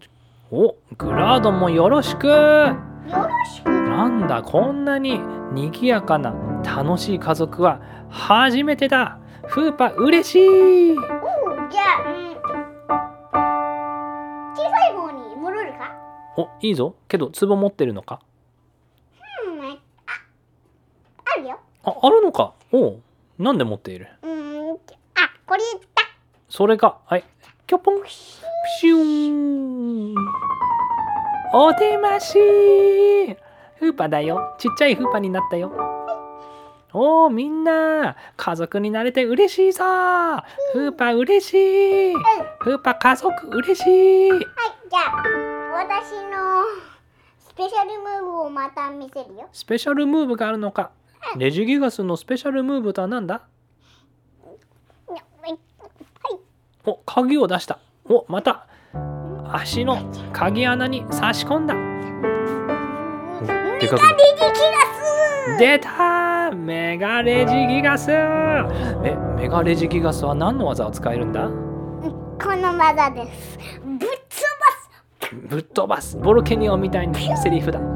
A: お、グラードンもよろしく。
B: よろしく
A: なんだこんなに賑やかな楽しい家族は初めてだフーパ嬉しい
B: おうじゃあ、うん、小さい方に戻るか
A: おいいぞけど壺持ってるのか
B: うんああるよ
A: ああるのかおうなんで持っている
B: うーんあこれだ
A: それかはいキョポンプシューンお出ましフーパだよちっちゃいフーパになったよおーみんな家族になれて嬉しいさフーパ嬉しい
B: うんは
A: フーパ家族嬉しい
B: いじゃあ私のスペシャルムーブをまた見せるよ
A: スペシャルムーブがあるのか。レジギガスのスペシャルムーブとは何だ
B: にゃはい
A: お、鍵を出した。お、また足の鍵穴に差し込んだ。
B: うーん
A: でかく
B: メガデジキガス
A: 出たメガレジギガスえ、メガレジギガスは何の技を使えるんだ
B: この技ですぶっつ
A: ぶっ飛ばすボルケニオみたいなセリフだ。
B: ばす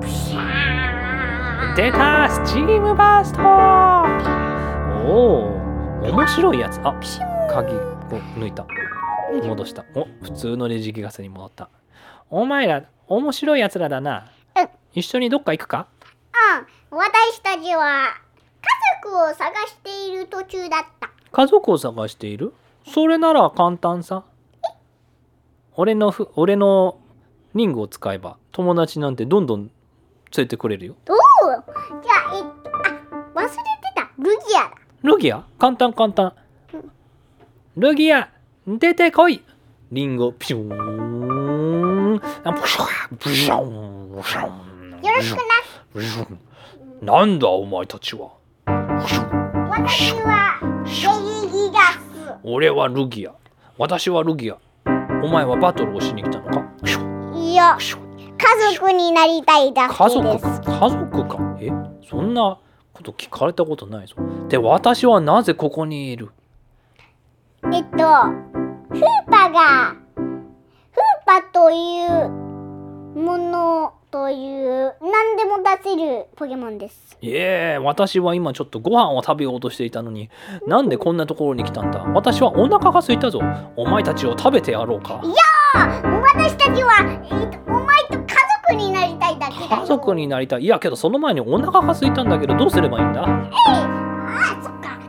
B: プシャー
A: 出たスチームバーストおお、面白いやつ。あ、鍵を抜いた。戻した。お普通のレジギガスに戻った。お前ら、面白いやつらだな。
B: うん
A: 一緒にどっか行くか
B: うん、私たちは家族を探している途中だった。
A: 家族を探しているそれなら簡単さ。俺のふ、俺のリングを使えば、友達なんてどんどん連れてくれるよ。
B: おお、じゃあえっとあ忘れてたルギアだ。
A: ルギア簡単簡単。ルギア、出てこいリンゴ、ピューン。あプシュワプシュワプシュワ
B: よろしく
A: なんだお前たちは
B: な。私はベリギガス。
A: 俺はルギア私はルギアお前はバトルをしに来たのか
B: いや家族になりたいだ
A: 家族
B: けです。
A: 家族かえそんなこと聞かれたことないぞで私はなぜここにいる
B: えっとフーパがフーパというものという何でも出せるポケモンです。
A: いえ私は今ちょっとご飯を食べようとしていたのになんでこんなところに来たんだ私はお腹が空いたぞお前たちを食べてやろうか
B: 私たちは、えっと、お前と家族になりたいだけだよ。
A: 家族になりたいいやけどその前にお腹が空いたんだけどどうすればいいんだ
B: あそっか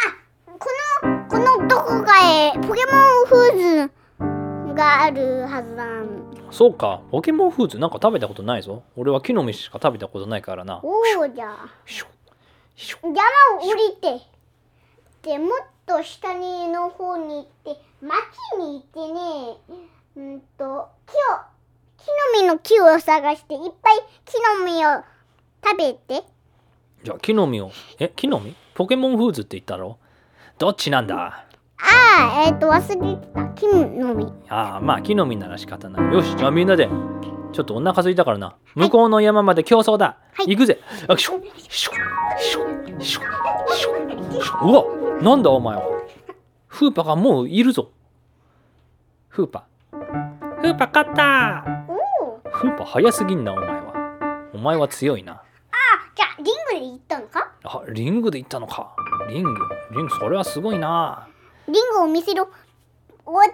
B: あこのこのどこかへポケモンフーズがあるはずだ
A: そうか、ポケモンフーズなんか食べたことないぞ。俺は木の実しか食べたことないからな。
B: おおじゃあ
A: ひょひょ
B: 山を降りてでもっと下にの方に行って町に行ってねうんと木を木の実の木を探していっぱい木の実を食べて
A: じゃあ木の実を。え、木の実ポケモンフーズって言ったろどっちなんだ
B: ああえっ、と忘れてた木の実
A: ああ、まあ木の実なら仕方ない。よし、じゃあみんなで。ちょっとお腹空いたからな。向こうの山まで競争だ。
B: はい
A: 行くぜ。あひょひょひょひょひょひょうわ、なんだお前は。フーパがもういるぞ。フーパ。フーパ勝った
B: おお
A: フーパ早すぎんなお前はお前は強いな
B: じゃあリングで行ったのか
A: あリングで行ったのかリングリングそれはすごいな
B: リングを見せろお出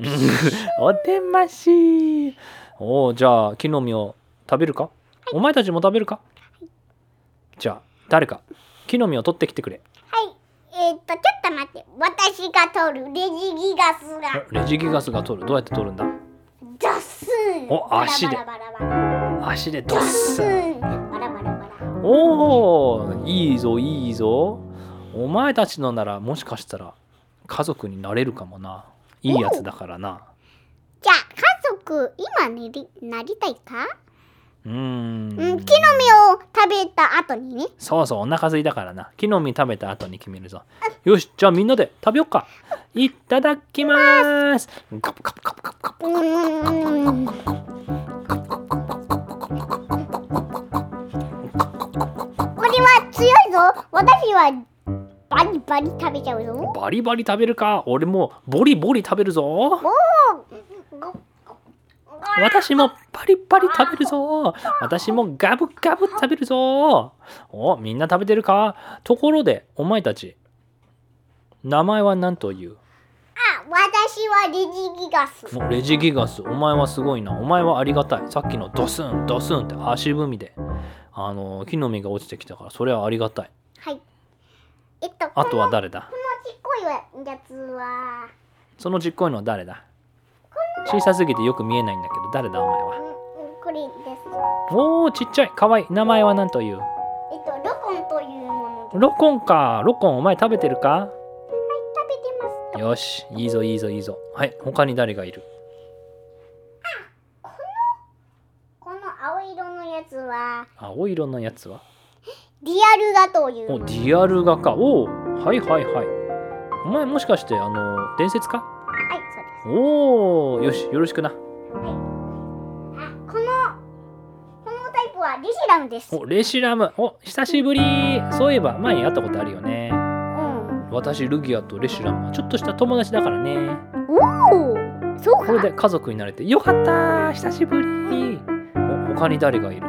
B: まし
A: おでましおおじゃあ木の実を食べるかお前たちも食べるかじゃあ誰か木の実を取ってきてくれ
B: はいえー、っとちょっと待って私が取るレジギガスが
A: レジギガスが取るどうやって取るんだ
B: ドスン
A: お足で
B: バラバラバラバラ
A: 足でド
B: ド
A: ッ
B: ス
A: スン
B: ンバラバラバラ
A: おおいいぞいいぞお前たちのならもしかしたら家族になれるかもないいやつだからな
B: じゃあ家族今なりなりたいか
A: うーん
B: うん、木の実を食べた後にね。
A: そうそうお腹空いたからな木の実食べた後に決めるぞよしじゃあみんなで食べよっかいただきますカプカプカプカプカプ
B: うーん。これは強いぞ。私はバリバリ食べちゃうぞ。
A: バリバリ食べるか俺もボリボリ食べるぞ私もパリパリ食べるぞ私もガブガブ食べるぞおみんな食べてるかところでお前たち名前は何という
B: あ、私はレジギガス。
A: おレジギガスお前はすごいなお前はありがたいさっきのドスンドスンって足踏みであの木の実が落ちてきたからそれはありがたい
B: はい。えっと、
A: あとは
B: この
A: 誰だ
B: このちっこいやつは、
A: そのちっこいのは誰だ小さすぎてよく見えないんだけど誰だお前
B: う
A: は
B: んうんこれです。
A: おおちっちゃいかわいい名前は何という
B: えっと、ロコンというもので
A: ロコンかロコンお前食べてるか
B: 食べてます。
A: よしいいぞいいぞいいぞはい他に誰がいる
B: この青色のやつは、
A: 青色のやつは
B: リアルガという
A: お
B: も
A: デ
B: の。
A: ィアルガかおおはいはいはいお前もしかしてあの伝説か
B: はい、そうです。
A: おおよしよろしくな
B: あこのこのタイプはリシラムです。うん。
A: おレシラムお久しぶりそういえば前に会ったことあるよね私ルギアとレシュラムはちょっとした友達だからね
B: おお、そう
A: こ
B: か。
A: れで家族になれてよかった久しぶりお他に誰がいる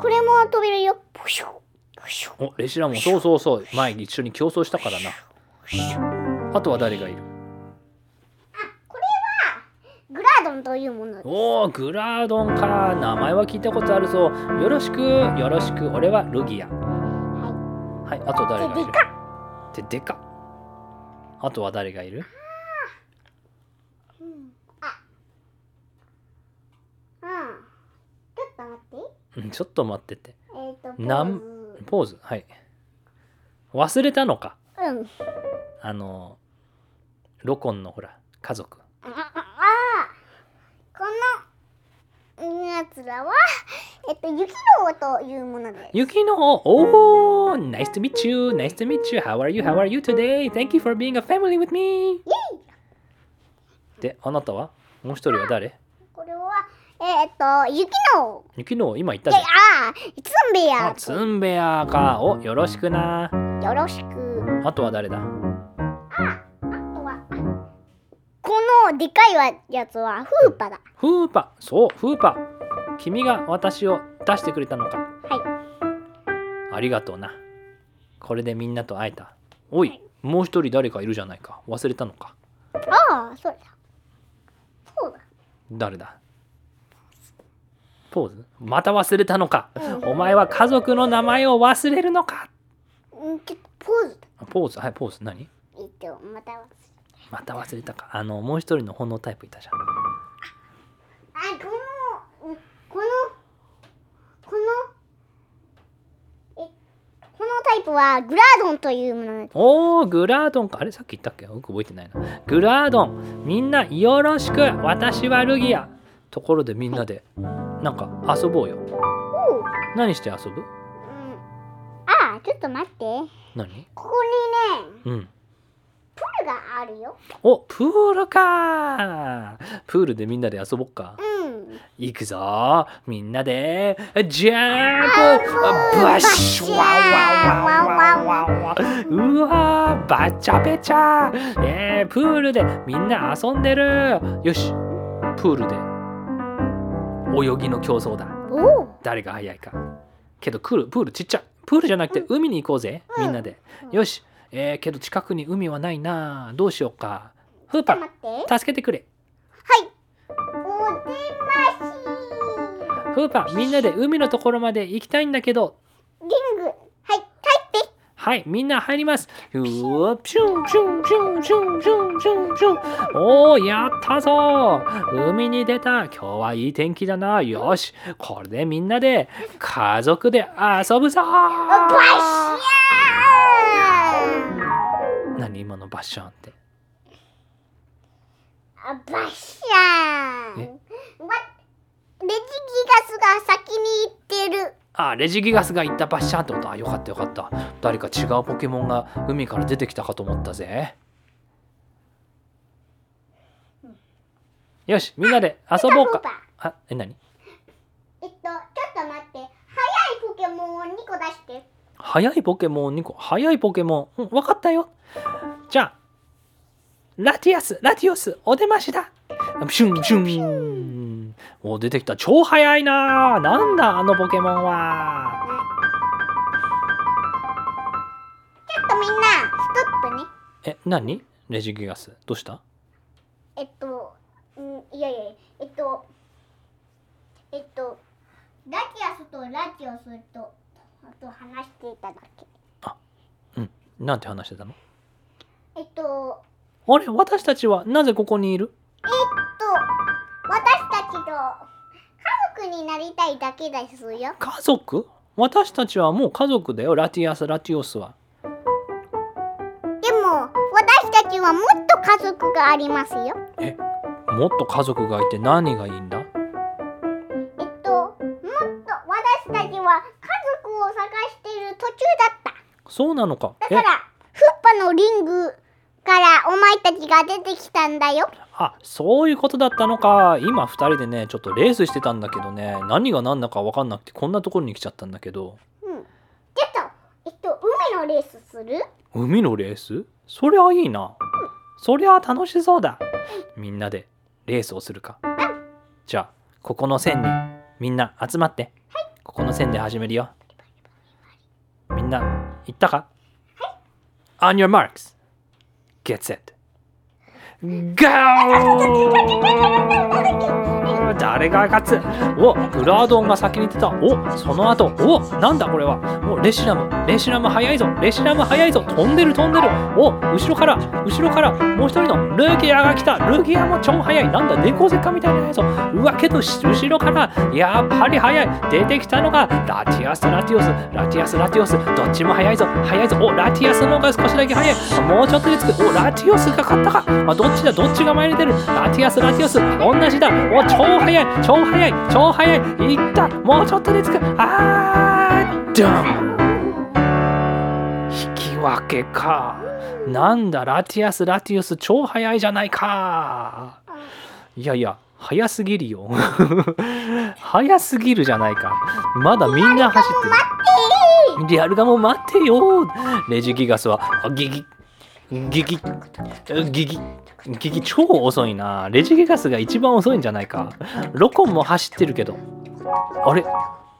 B: これも飛べるよ。ポシュポシュ
A: おレシュラムそうそうそう前一緒に競争したからな
B: ポシュ
A: あとは誰がいる
B: グラードンというもの。
A: おおグラードンか名前は聞いたことあるぞよろしくよろしく俺はルギアはいあと誰がい
B: で
A: る
B: か
A: ででかあとは誰がいる
B: っ。うん。あ。うん。ちょっと待って。
A: うんちょっと待ってて
B: えっ、ー、と。
A: なん
B: ポーズ
A: ポーズはい忘れたのか
B: うん。
A: あのロコンのほら家族
B: あああ。この。やつらは。えっと、雪の王というものです。
A: ユキのおお Nice to meet you Nice to meet you How are you How are you today Thank you for being a family with me であなたはもう一人は誰
B: これは。えっ、ー、と、雪の王。
A: ユキの今言っ
B: で
A: たじゃん
B: あー、ツンベ
A: あ
B: や。
A: ツンベアかおよろしくな
B: よろしく。
A: あとは誰だ
B: あとは、あこのでかいわやつはフーパだ。
A: フーパそうフーパ君が私を出してくれたのか
B: は
A: ありがとうなこれでみんなと会えたおいもう一人誰かいるじゃないか忘れたのか
B: い。ああ、そうだ。そうだ。
A: 誰だポーズまた忘れたのか、お前は家族の名前を忘れるのか
B: うん、ちょっとポーズだ。
A: ポーズはいポーズ何
B: えっと、また忘れ
A: また忘れたかあのもう一人の本能タイプいたじゃん
B: あ、この、うんこの、この、え、このタイプはグラードンというものなんです。
A: おー、グラードンか。あれさっき言ったっけよく覚えてないな。グラードン、みんなよろしく。私はルギア。ところでみんなで、なんか遊ぼうよ。
B: おう
A: 何して遊ぶ
B: うん、ああ、ちょっと待って。
A: 何
B: ここに
A: う
B: ね、
A: ん。
B: プールがあるよ。
A: お、プールかプールでみんなで遊ぼっか。
B: うん。
A: 行くぞみんなで、ジャーンプバシュワワワワワワうわーバチャベチャえー、プールでみんな遊んでるよしプールで泳ぎの競争だ
B: おお。
A: 誰が速いかけどクールプールちっちゃいプールじゃなくて海に行こうぜみんなでよしえー、けど近くに海はないなどうしようかフー
B: ちょ
A: パ
B: っと待って。はい。
A: ン助けてくれ
B: お出まし。
A: フーパンみんなで海のところまで行きたいんだけど
B: リング。はい。入って。
A: はい、みんな入ります。うわピュンピュンピュンピュンピュンピュンピュン。おー、やったぞ海に出た。今日はいい天気だな。よし、これでみんなで家族で遊ぶぞ
B: バシャーン。
A: 何今のバッシャンって。
B: あバシャーン。
A: え
B: わレジギガスが先に行ってる。
A: あ、レジギガスが言ったバッシャンってことあ、よかったよかった。誰か違うポケモンが海から出てきたかと思ったぜ。よし、みんなで遊ぼう
B: フー
A: か
B: パ。ー
A: あ、え、何
B: えっと、ちょっと待って。早いポケモンを2個出して。
A: 早いポケモン2個早いポケモン、うん、分かったよじゃあラティアスラティオスお出ましだシュンシュンお出てきた超早いななんだあのポケモンは
B: ちょっとみんな、ストップね。
A: え何レジギガスどうした
B: えっと、うん、いやいやいや、えっと、えっと、ラジアスとラジオスと、あと話していただけ。
A: なんて話してたの
B: えっと、
A: あれ私たちはなぜここにいる
B: えっと、私たちと家族になりたいだけですよ。
A: 家族私たちはもう家族だよラティアスラティオスは
B: でも、私たちはもっと家族がありますよ。
A: もっと家族がいて何がいいんだ
B: えっと、もっと私たちは家族を探している途中だった。
A: そうなのか
B: だ
A: え
B: から、フッパのリングからお前たちが出てきたんだよ。
A: あそういうことだったのか今2人でねちょっとレースしてたんだけどね何が何だか分かんなくてこんなところに来ちゃったんだけど
B: うん。ちょっと、えっと、海のレースする
A: 海のレースそりゃいいなそりゃ楽しそうだみんなでレースをするかじゃあここの線にみんな集まってここの線で始めるよみんな行ったか On your marks Get set Go! 誰が勝つおグラードンが先に出たおその後おなんだこれはおレシラムレシラム速いぞレシラム速いぞ飛んでる飛んでるお後ろから後ろからもう一人のルギアが来たルギアも超速いなんだ猫背かみたいなやつうわけどし後ろからやっぱり速い出てきたのがラティアスラティオスラティアスラティオスどっちも速いぞ速いぞおラティアスの方が少しだけ速いもうちょっとでつくおラティオスが勝ったかあどっちだどっちが前に出るラティアスラティオス同じだお超速い超速い超速いいったもうちょっとでつくあードン引き分けかなんだラティアスラティオス超速いじゃないかいやいや、早すぎるよ。 早すぎるじゃないか。まだみんな走ってる。リアルガモ待ってよ。レジギガスは、あギギ、ギギ、ギギ、ギギ超遅いな。レジギガスが一番遅いんじゃないか。ロコンも走ってるけど。あれ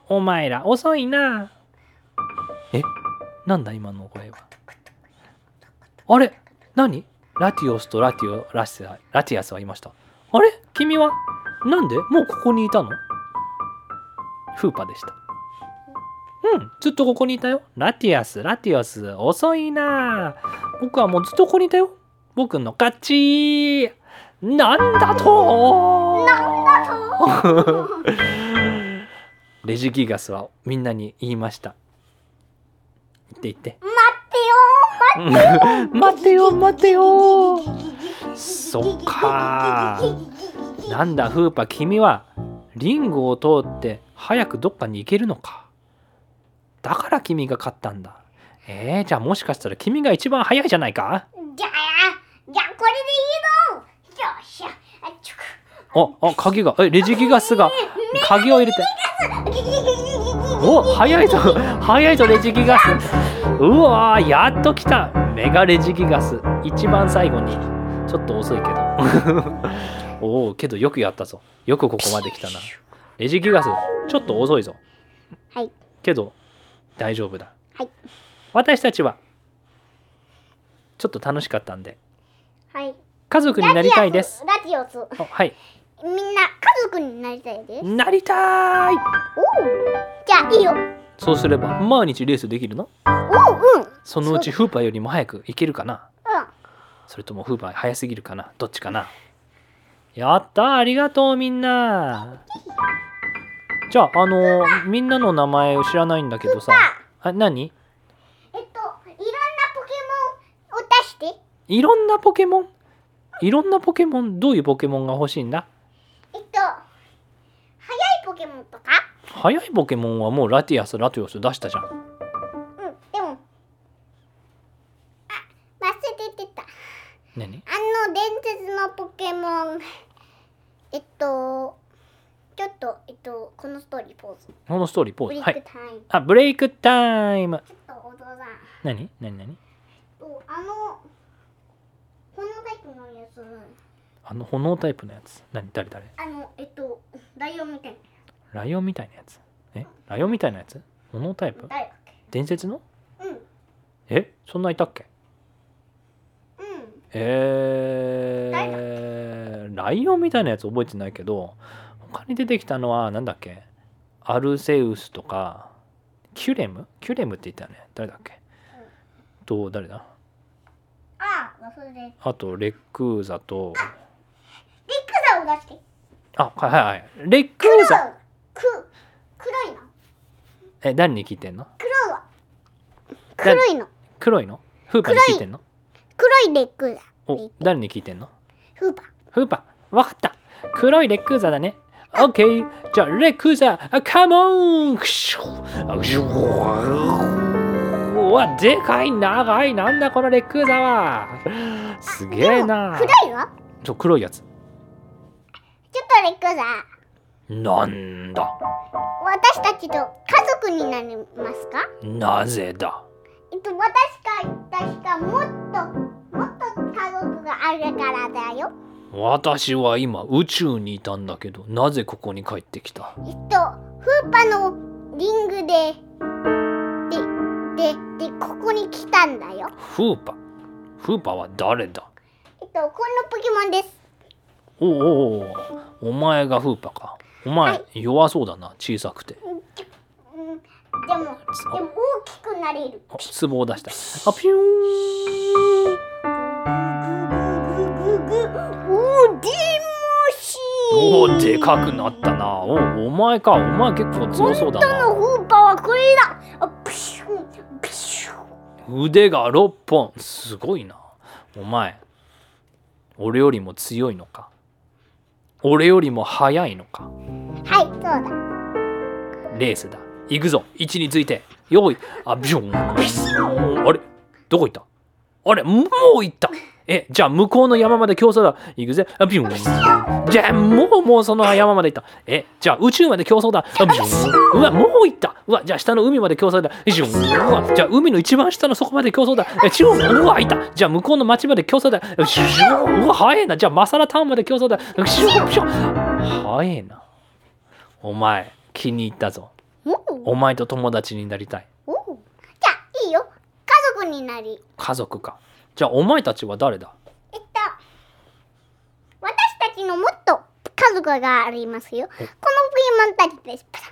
A: お前ら遅いな。えなんだ今の声は。あれ何ラティオスとラティオラスラティアスはいました。あれ君はなんでもうここにいたのフーパでした。うん、ずっとここにいたよ。ラティアス、ラティオス、遅いなあ僕はもうずっとここにいたよ。僕の勝ちなんだとなんだとレジギガスはみんなに言いました。言って言って。
B: 待っ
A: 待ってよ待ってよそ
B: てよ
A: っかなんだフーパ君はリンゴを通って早くどっかに行けるのかだから君が勝ったんだえー、じゃあもしかしたら君が一番早いじゃないか
B: じゃあ、じゃあこれでいいのよっしゃ、あっちょく。
A: ああ鍵がえレジギガスが鍵を入れてお早いぞ早いぞレジギガスうわーやっと来たメガレジギガス一番最後にちょっと遅いけど おおけどよくやったぞよくここまで来たなレジギガスちょっと遅いぞ
B: はい、
A: けど大丈夫だ、
B: はい
A: 私たちはちょっと楽しかったんで
B: はい。
A: 家族になりたいです。
B: ラジオス。ラジ
A: おはい。
B: オスみんな家族になりたいです。
A: なりたーい
B: おうじゃあいいよ。
A: そうすれば毎日レースできるの
B: おううん。うん。
A: そのうちフーパーよりも早く行けるかなそれともフーパー早すぎるかなどっちかなやったーありがとうみんなじゃああのーみんなの名前を知らないんだけどさあ何
B: えっと、いろんなポケモンを出して。
A: いろんなポケモンいろんなポケモンどういうポケモンが欲しいんだ
B: えっと、速いポケモンとか。
A: 早いポケモンはもうラティアスラティオス出したじゃん
B: うん。でも、あ、忘れてた。
A: 何
B: あの伝説のポケモン。えっと、ちょっと、えっと、このストーリーポーズ。
A: このストーリーポ
B: ブ
A: ー
B: リ
A: ズ
B: ッ
A: は
B: ク
A: い
B: タイム。
A: あブレイクタイム
B: ちょっとお父さん、
A: 何何何
B: とあの、このタイプのやつ、
A: あの炎タイプのやつ何誰誰
B: あの、えっと、ライオンみたいな。
A: ライオンみたいなやつえライオンみたいなやつ炎タイプ
B: 誰だっ
A: 伝説の
B: けうん。
A: えそんないたっけ
B: うん。
A: えー、ライオンみたいなやつ覚えてないけど他に出てきたのはなんだっけアルセウスとかキュレムキュレムって言ったよね誰だっけと誰だ
B: ああ、忘れて。リ
A: あとレックーザと
B: クザを出して。
A: あはいはいはいレックーザ
B: 黒く、黒いの。
A: え誰に聞いてんの
B: 黒は。黒いの。
A: 黒いのフーパーに聞いてんの
B: 黒いレックザ。
A: お誰に聞いてんの
B: フーパー。
A: フーパー、わかった。黒いレックーザーだね。オッケー。じゃあ、レックーザー、カモンクシュクシュうわ、でかい、長い、なんだこのレックーザーは。すげえな。
B: 黒いの
A: そう、黒いやつ。
B: ちょっとレックザ。
A: なんだ、
B: 私たちと家族になりますか
A: なぜだ。
B: えっと、私が確かもっと、もっと家族があるからだよ。
A: 私は今、宇宙にいたんだけど、なぜここに帰ってきた
B: えっと、フーパのリングで、で、で、で、ここに来たんだよ。
A: フーパ。フーパは誰だ
B: えっと、このポケモンです。
A: おうおうおうお前がフーパか。お前、
B: は
A: 弱そうだな、小さくて。
B: うん、でも、でも大きくなれる。
A: あツボを出した。あ、ピューン
B: ぐぐぐぐ、おでもし
A: おお、でかくなったな。おうお前か。お前結構強そうだな。
B: 本当のフーパはこれだあプシュンプシュン
A: 腕が6本。すごいな。お前、俺よりも強いのか。俺よりも速いのか。
B: はい、そうだ
A: レースだ。行くぞ。位置について。用意。あ、ビュン。ビシュンあれどこ行ったあれもう行った。え、じゃあ向こうの山まで競争だ。行くぜ。あ、ビュン。じゃあもうもうその山まで行った。え、じゃあ宇宙まで競争だ。あ、ビュン。うわ、もう行った。うわ、じゃあ下の海まで競争だ。ビュン。うわ、じゃあ海の一番下の底まで競争だ。え、チュン。うわ、行った。じゃあ向こうの町まで競争だ。ビュン。うわ、早えな。じゃあマサラタウンまで競争だ。ビュン。ビュン早えな。お前、気に入ったぞ。
B: お
A: お前と友達になりたい。
B: おじゃあ、いいよ家族になり
A: 家族か。じゃあお前たちは誰だ
B: えっと私たちのもっと家族がありますよこのポケモンたちですパサッ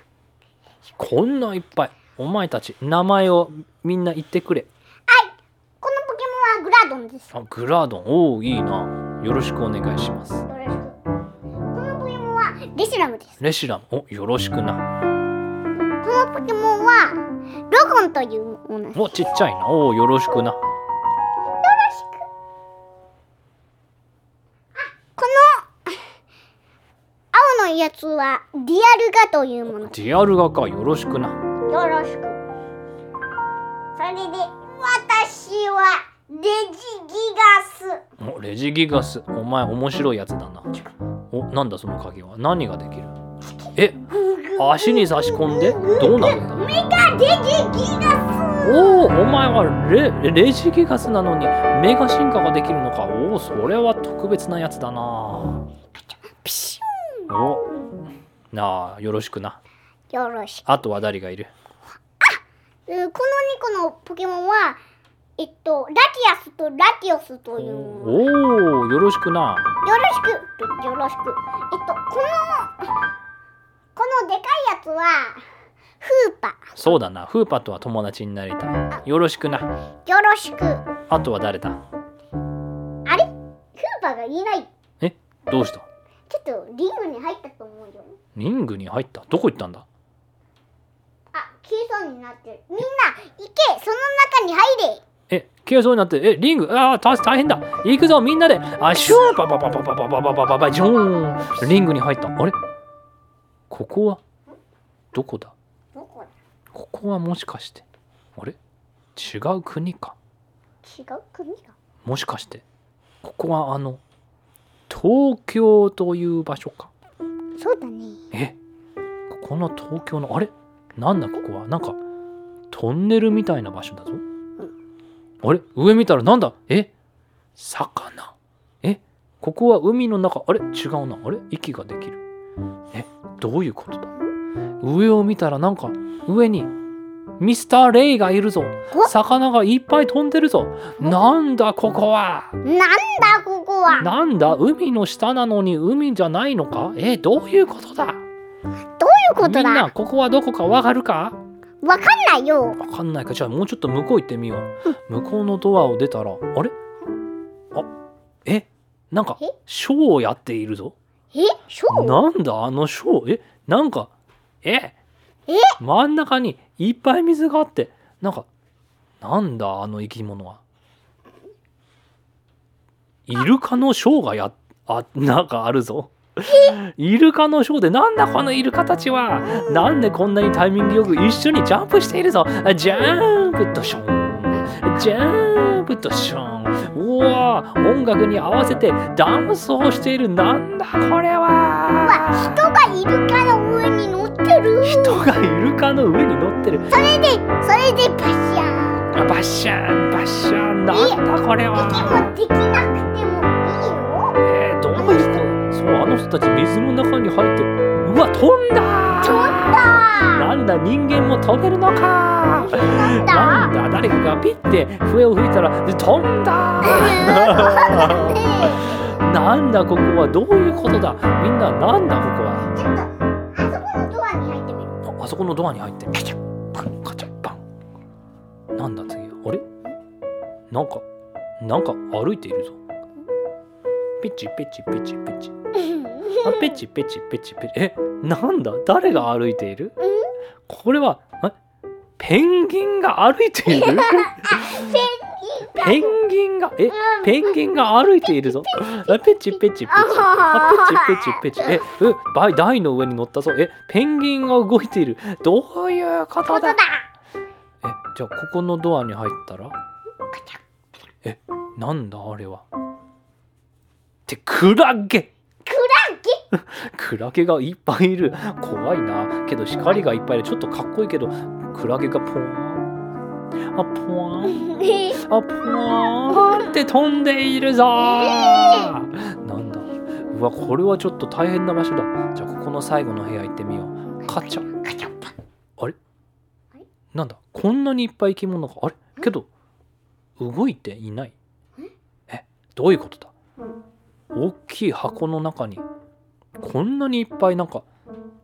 A: こんないっぱい。お前たち、名前をみんな言ってくれ。
B: はいこのポケモンはグラドンですよ
A: あ、グラードン。おお、いいな。よろしくお願いします。
B: ろしくこのポケモンはレシラムです
A: レシラム、お、よろしくな。
B: このポケモンはロゴンというものですよ
A: お、ちっちゃいな。おお、よろしくな。
B: ろしくあこの青のやつはディアルガというもの
A: ディアルガか、よろしくな。
B: よろしくそれで私はレジギガス
A: お、レジギガス。お前、面白いやつだな。お、なんだその鍵は。何ができるえ、足に差し込んでどうなるんだ
B: メガレジギガ
A: おおお前はレレジギガスなのにメガ進化ができるのかおおそれは特別なやつだな
B: スピシ
A: おなあよろしくな
B: ュンよろしく
A: あとは誰がいる
B: えーこの2個のポケモンはええっと、ラティアスとラティオスというの。よ
A: おおよろしくな
B: ろしく、よろしく。えっと、この、このでかいやつは、フーパ。
A: そうだなフーパとは友達になりたいよろしくな
B: よろしく。あ
A: あとは誰だ
B: れフーパがいない。
A: えどうした
B: ちょっとリングに入ったと思うよ。
A: リングに入ったどこ行ったんだ
B: あ、消えそうになってる。みんな、行けその中に入れ
A: え消えそうになってえリングああ大大変だ行くぞみんなであシューパパパパパパパパパパパジョーンリングに入ったあれここはどこだ
B: どこだ
A: ここはもしかしてあれ違う国か
B: 違う国が
A: もしかしてここはあの東京という場所か
B: そうだね。
A: えここの東京のあれなんだここはなんかトンネルみたいな場所だぞあれ上見たらなんだえ魚えここは海の中あれ違うなあれ息ができるえどういうことだ上を見たらなんか上にミスター・レイがいるぞ
B: お
A: 魚がいっぱい飛んでるぞなんだここは
B: なんだここは
A: なんだ海の下なのに海じゃないのかえどういうことだ
B: どういう
A: み
B: こと
A: ん
B: だ
A: なここはどこかわかるか
B: わかんないよ。
A: わかんないかじゃあもうちょっと向こう行ってみよう向こうのドアを出たらあれあえなんか
B: え
A: ショーをやっているぞ
B: えショー
A: なんだあのショーえなんかえ
B: え
A: 真ん中にいっぱい水があってなんかなんだあの生き物はイルカのショーがやあなんかあるぞイルカのショーでなんだこのイルカたちはなんでこんなにタイミングよく一緒にジャンプしているぞジャンプとショーンジャンプとショーンうわ音楽に合わせてダンスをしているなんだこれは
B: 人がイルカの上に乗ってる。
A: 人がイルカの上に乗ってる
B: それで、それでパシャン。
A: バッシャンバッシャンなんだこれ
B: で
A: は
B: もできなくてもいいよ。
A: えー、どういうことそうあの人たち水の中に入ってうわ飛んだ
B: 飛んだ
A: なんだ人間も飛べるのか
B: な
A: な
B: んだ
A: んだ誰かがピッて笛を吹いたらで飛ん
B: ね
A: だ
B: え
A: なんだここはどういうことだみんななんだここは
B: ちょっと、あそこのドアに入ってみる。
A: ああそこのドアに入ってカチャッパンカチャッパンなんだ次あれなんかなんか歩いているぞピチピチピチピチあペチペチペチペチえなんだ誰が歩いているこれはえペンギンが歩いているペンギンがえペンギンが歩いているぞあペチペチペチあペチペチペチえうバイ台の上に乗ったぞえペンギンが動いているどういうこ
B: そ
A: と
B: うだ
A: だ。えじゃあここのドアに入ったらえなんだあれはってクラゲ
B: クラゲ
A: クラゲがいっぱいいる怖いなけど光がいっぱいいるちょっとかっこいいけどクラゲがポワンあポワンあポワンって飛んでいるぞなんだうわこれはちょっと大変な場所だじゃあここの最後の部屋行ってみようカチャ
B: カチャッパ
A: なんだこんなにいっぱい生き物があれけど動いていないえどういうことだ大きい箱の中にこんなにいっぱいなんか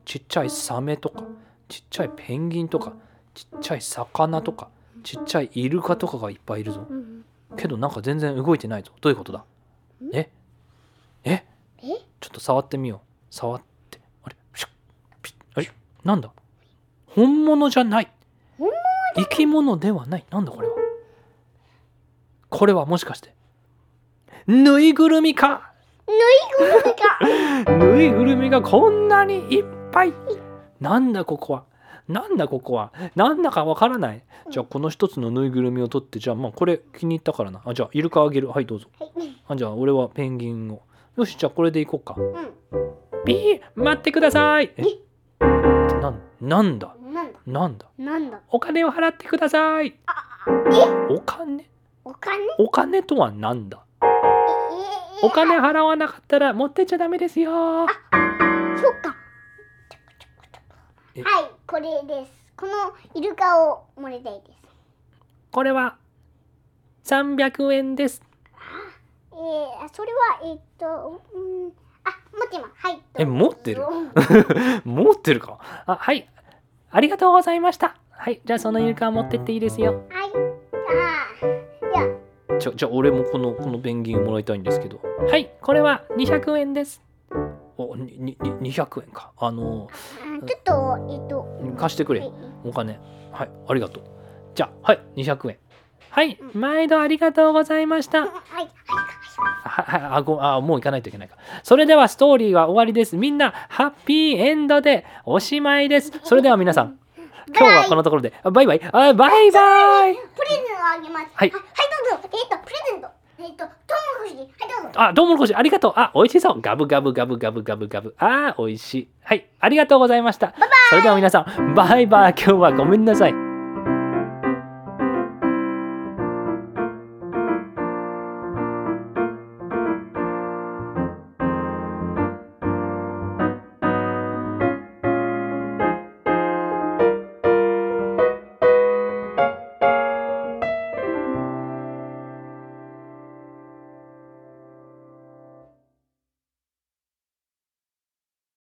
A: ちっちゃいサメとかちっちゃいペンギンとかちっちゃい魚とかちっちゃいイルカとかがいっぱいいるぞ
B: ン
A: けどなんか全然動いてないぞどういうことだええ
B: え
A: ちょっと触ってみよう触ってあれシュッピッあれなんだ本物じゃない
B: 本物
A: 生き物ではないなんだこれはこれはもしかしてぬいぐるみか
B: ぬいぐるみが
A: ぬいぐるみがこんなにいっぱいなんだここはなんだここはなんだかわからないじゃあこの一つのぬいぐるみを取ってじゃあまあこれ気に入ったからなあじゃあイルカあげるはいどうぞ
B: はい
A: あじゃあ俺はペンギンをよしじゃあこれでいこうか
B: う
A: ピー待ってくださいえなんなんだ
B: んなんだ
A: なんだ
B: なんだ
A: お金を払ってください
B: え
A: お金
B: お金
A: お金とはなんだ
B: え
A: お金払わなかったら持ってっちゃダメですよ
B: そっか
A: え
B: はいこれですこのイルカをもらいたいです
A: これは300円です。
B: えー、それはえっと、うん、あ持ってます。はい。
A: え
B: どうぞ
A: 持ってる 持ってるかあ、はい。ありがとうございました。はい。じゃあそのイルカ持ってっていいですよ。
B: はい。じゃあ、いや、
A: ちょ、じゃあ俺もこの、このペンギンもらいたいんですけど。はい。これは200円です。お、に、に、に200円か。あの
B: あちょっと、えっと、
A: ー、貸してくれ
B: はい。
A: お金。はい。ありがとう。じゃあ、はい。200円。はい。毎度ありがとうございました。
B: はい。はい。
A: ははいあごあもう行かないといけないかそれではストーリーは終わりですみんなハッピーエンドでおしまいですそれでは皆さん今日はこのところであバイバイあバイバイ
B: プレゼントをあげます。
A: はい
B: はい、どうぞ。えっと、プレゼント。えっと、トウモロコシ。はい、どうぞ。
A: あどうもこしありがとうあ美味しそうガブガブガブガブガブガブあ美味しいはいありがとうございましたそれでは皆さんバイバイ今日はごめんなさい